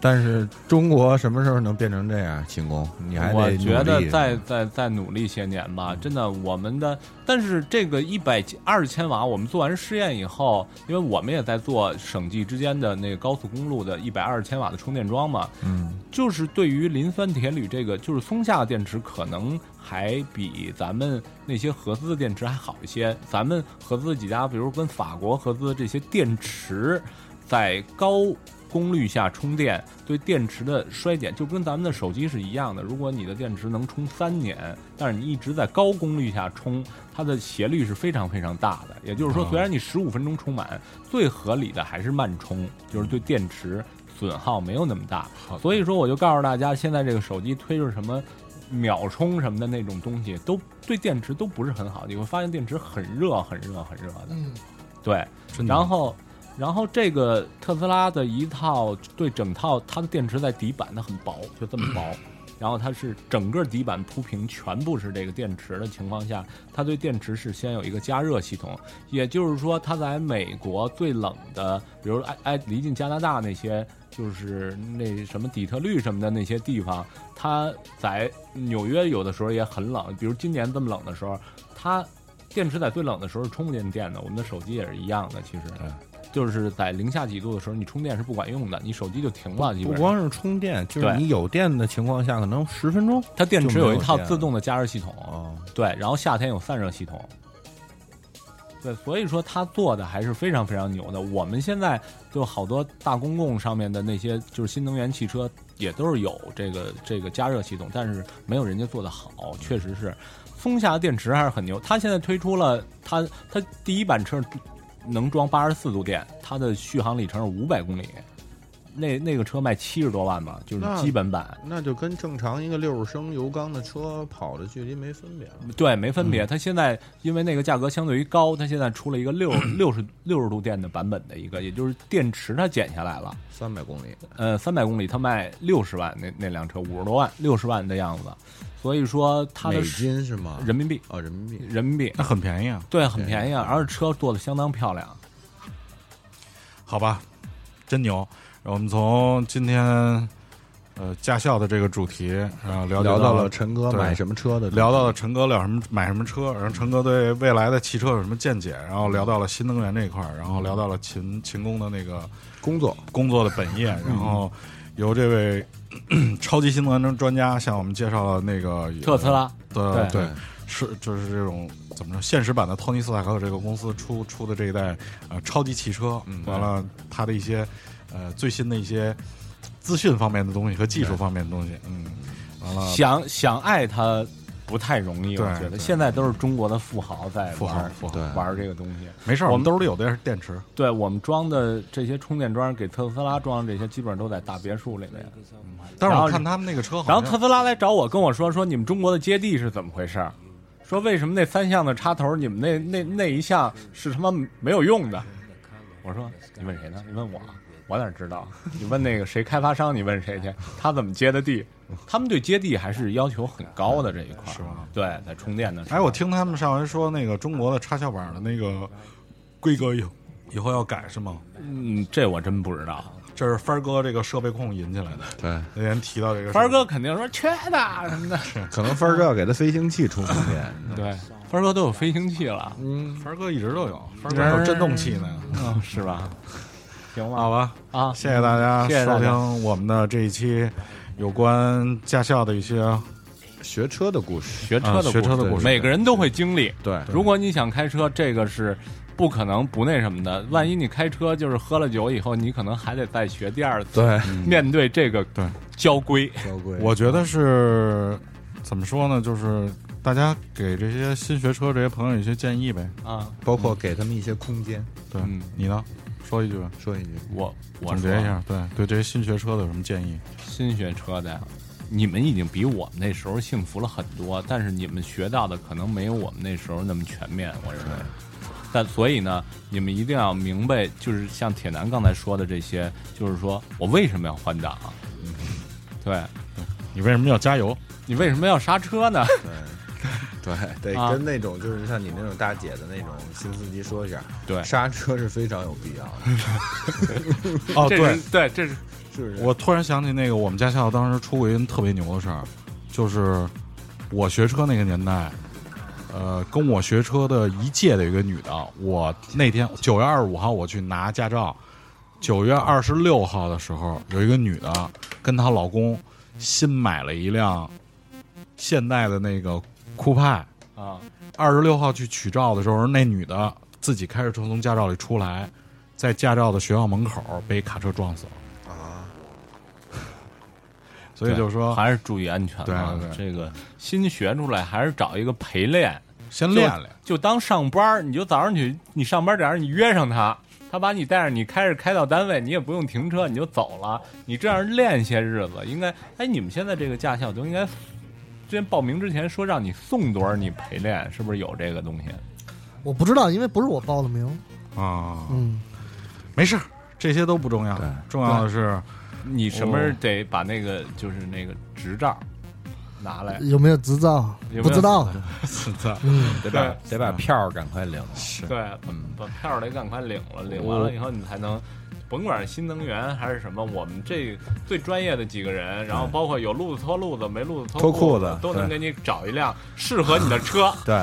但是中国什么时候能变成这样？秦工，你
这
还得
我觉
努
得
力
嗯
嗯
再再再努力些年吧，真的，我们的但是这个一百二千瓦，我们做完试验以后，因为我们也在做省际之间的那个高速公路的一百二十千瓦的充电桩嘛，
嗯，
就是对于磷酸铁铝这个，就是松下的电池可能还比咱们那些合资的电池还好一些。咱们合资的几家，比如跟法国合资的这些电池，在高功率下充电，对电池的衰减就跟咱们的手机是一样的。如果你的电池能充三年，但是你一直在高功率下充，它的斜率是非常非常大的。也就是说，虽然你十五分钟充满，最合理的还是慢充，就是对电池损耗没有那么大。所以说，我就告诉大家，现在这个手机推着什么秒充什么的那种东西，都对电池都不是很好。你会发现电池很热、很热、很热的。
嗯，
对，
真的
然后，然后这个特斯拉的一套对整套它的电池在底板它很薄，就这 么薄。然后它是整个底板铺平，全部是这个电池的情况下，它对电池是先有一个加热系统，也就是说，它在美国最冷的，比如挨挨离近加拿大那些，就是那什么底特律什么的那些地方，它在纽约有的时候也很冷，比如今年这么冷的时候，它电池在最冷的时候是充不进电的，我们的手机也是一样的，其实。就是在零下几度的时候，你充电是不管用的，你手机就停了。基
不
本上
光是充电，就是
对
你有电的情况下，可能十分钟
它电池有一
就
套
没有电了
自动的加热系统，
哦，
对，然后夏天有散热系统。对，所以说它做的还是非常非常牛的。我们现在就好多大公共上面的那些就是新能源汽车，也都是有这个这个加热系统，但是没有人家做的好，确实是。松下的电池还是很牛，它现在推出了它它第一版车能装八十四度电，它的续航里程是五百公里，那那个车卖七十多万吧，就是
那
基本版。
那就跟正常一个六十升油缸的车跑的距离没分别了。
对，没分
嗯
别。它现在因为那个价格相对于高，它现在出了一个 六六十六十度电的版本的一个，也就是电池它减下来了，
三百公里，
呃，三百公里它卖六十万，那那辆车五十多万，六十万的样子。所以说它的
美金是吗？
人民币，
哦，人民币。
人民币
那很便宜啊。
对很便宜啊，而且车做的相当漂亮。
好吧，真牛。我们从今天呃驾校的这个主题，然后了解
聊
到
到了陈哥
对
买什么车的，
聊到了陈哥聊什么买什么车，然后陈哥对未来的汽车有什么见解，然后聊到了新能源这一块儿，然后聊到了秦秦工的那个
工作，
工作的本业，
嗯
然后由这位咳咳超级新能源专家向我们介绍了那个
特斯拉
的
对
对。是，就是这种怎么说，现实版的托尼·斯塔克这个公司出出的这一代呃超级汽车，
嗯
完了它的一些呃最新的一些资讯方面的东西和技术方面的东西，嗯，完了
想想爱它不太容易，我
对
觉得
对
现在都是中国的富豪在
富豪
哎玩
富豪
玩这个东西。
没事儿，
我
我
们
们兜里有的是电池，
对我们装的这些充电桩，给特斯拉装的这些，基本上都在大别墅里面。
但是
然后
我看他们那个车好
然后
像，
特斯拉来找我跟我说说你们中国的接地是怎么回事儿，说为什么那三项的插头你们那那那一项是他妈没有用的。我说你问谁呢？你问我，我哪知道？你问那个谁开发商，你问谁去？他怎么接的地？他们对接地还是要求很高的这一块儿，
是吗
对，在充电的时候，
哎，我听他们上回说那个中国的插销板的那个规格以后以后要改是吗？
嗯，这我真不知道。
这是帆儿哥这个设备控引起来的。
对，
那天提到这个事
凡
儿
儿哥，肯定说缺的什么的，
可能分儿哥给他飞行器充充电，
对，凡儿哥都有飞行器了，
帆儿哥一直都有，帆儿哥还有震动器呢。
嗯，是吧？行吧，
好吧，
啊，
谢谢大家
谢谢大
收
家
听我们的这一期有关驾校的一些
学车的故事。
学车的
啊学车的故事
每个人都会经历。
对，
如果你想开车，这个是不可能不那什么的。万一你开车就是喝了酒以后，你可能还得再学第二次。
对，
面对这个
嗯对
交规，
交规
我觉得是怎么说呢？就是大家给这些新学车这些朋友一些建议呗。
啊，
包括给他们一些空间，
对
嗯，
你呢？说一句吧，
说一句，
我我
总
说
结一下，对对，这些新学车的有什么建议？
新学车的呀，你们已经比我们那时候幸福了很多，但是你们学到的可能没有我们那时候那么全面，我认为。但所以呢，你们一定要明白，就是像铁男刚才说的这些，就是说我为什么要换挡，
嗯
对
你为什么要加油？
你为什么要刹车 呢？
对，得
啊
跟那种就是像你那种大姐的那种新司机说一下，
对
刹车是非常有必要的，
哦，
这
对
是，对，这是
是不是？
我突然想起那个我们驾校当时出过一件特别牛的事儿，就是我学车那个年代，呃，跟我学车的一届的有一个女的，我那天九月二十五号我去拿驾照，九月二十六号的时候有一个女的跟她老公新买了一辆现代的那个酷派，
啊，
二十六号去取照的时候，那女的自己开着车从驾照里出来，在驾照的学校门口被卡车撞死了。啊！ 所以就说
还是注意安全啊
对对。
这个新学出来，还是找一个陪练，
先练练，
就当上班儿，你就早上去，你上班点儿，你约上他，他把你带着你开着开到单位，你也不用停车，你就走了。你这样练些日子，应该，哎，你们现在这个驾校都应该，之前报名之前说让你送多少，你陪练，是不是有这个东西？
我不知道，因为不是我报的名。
啊、
嗯，
没事儿，这些都不重要
对，
重要的是
你什
哦
么时候得把那个就是那个执照拿来？
嗯有没有执照？
有没有
不知道。嗯
现在
得把得
嗯
把票儿赶快领了。
是
对，把把票儿得赶快领了，领完了以后你才能，甭管是新能源还是什么，我们这最专业的几个人，然后包括有路子脱路子，没路子
脱
裤
裤子
都能给
对
你找一辆适合你的车。
对，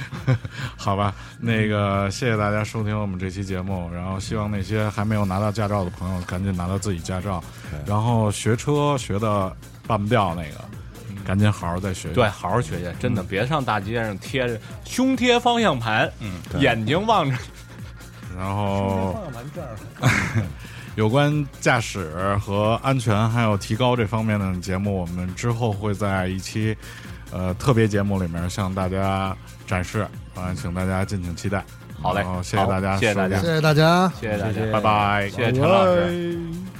好吧，那个谢谢大家收听我们这期节目，然后希望那些还没有拿到驾照的朋友赶紧拿到自己驾照，然后学车学的半不掉那个，赶紧好好再学
嗯
学。
对，好好学学，真的，别上大街上贴着胸贴方向盘，嗯，眼睛望着，
然后
完这儿，
有关驾驶和安全还有提高这方面的节目，我们之后会在一期呃特别节目里面向大家展示啊，请大家敬请期待。
好嘞
然后谢谢大
好
家收
谢
听，
谢大家
谢谢大家。
谢谢大家，
拜拜，
谢谢陈老师。
师。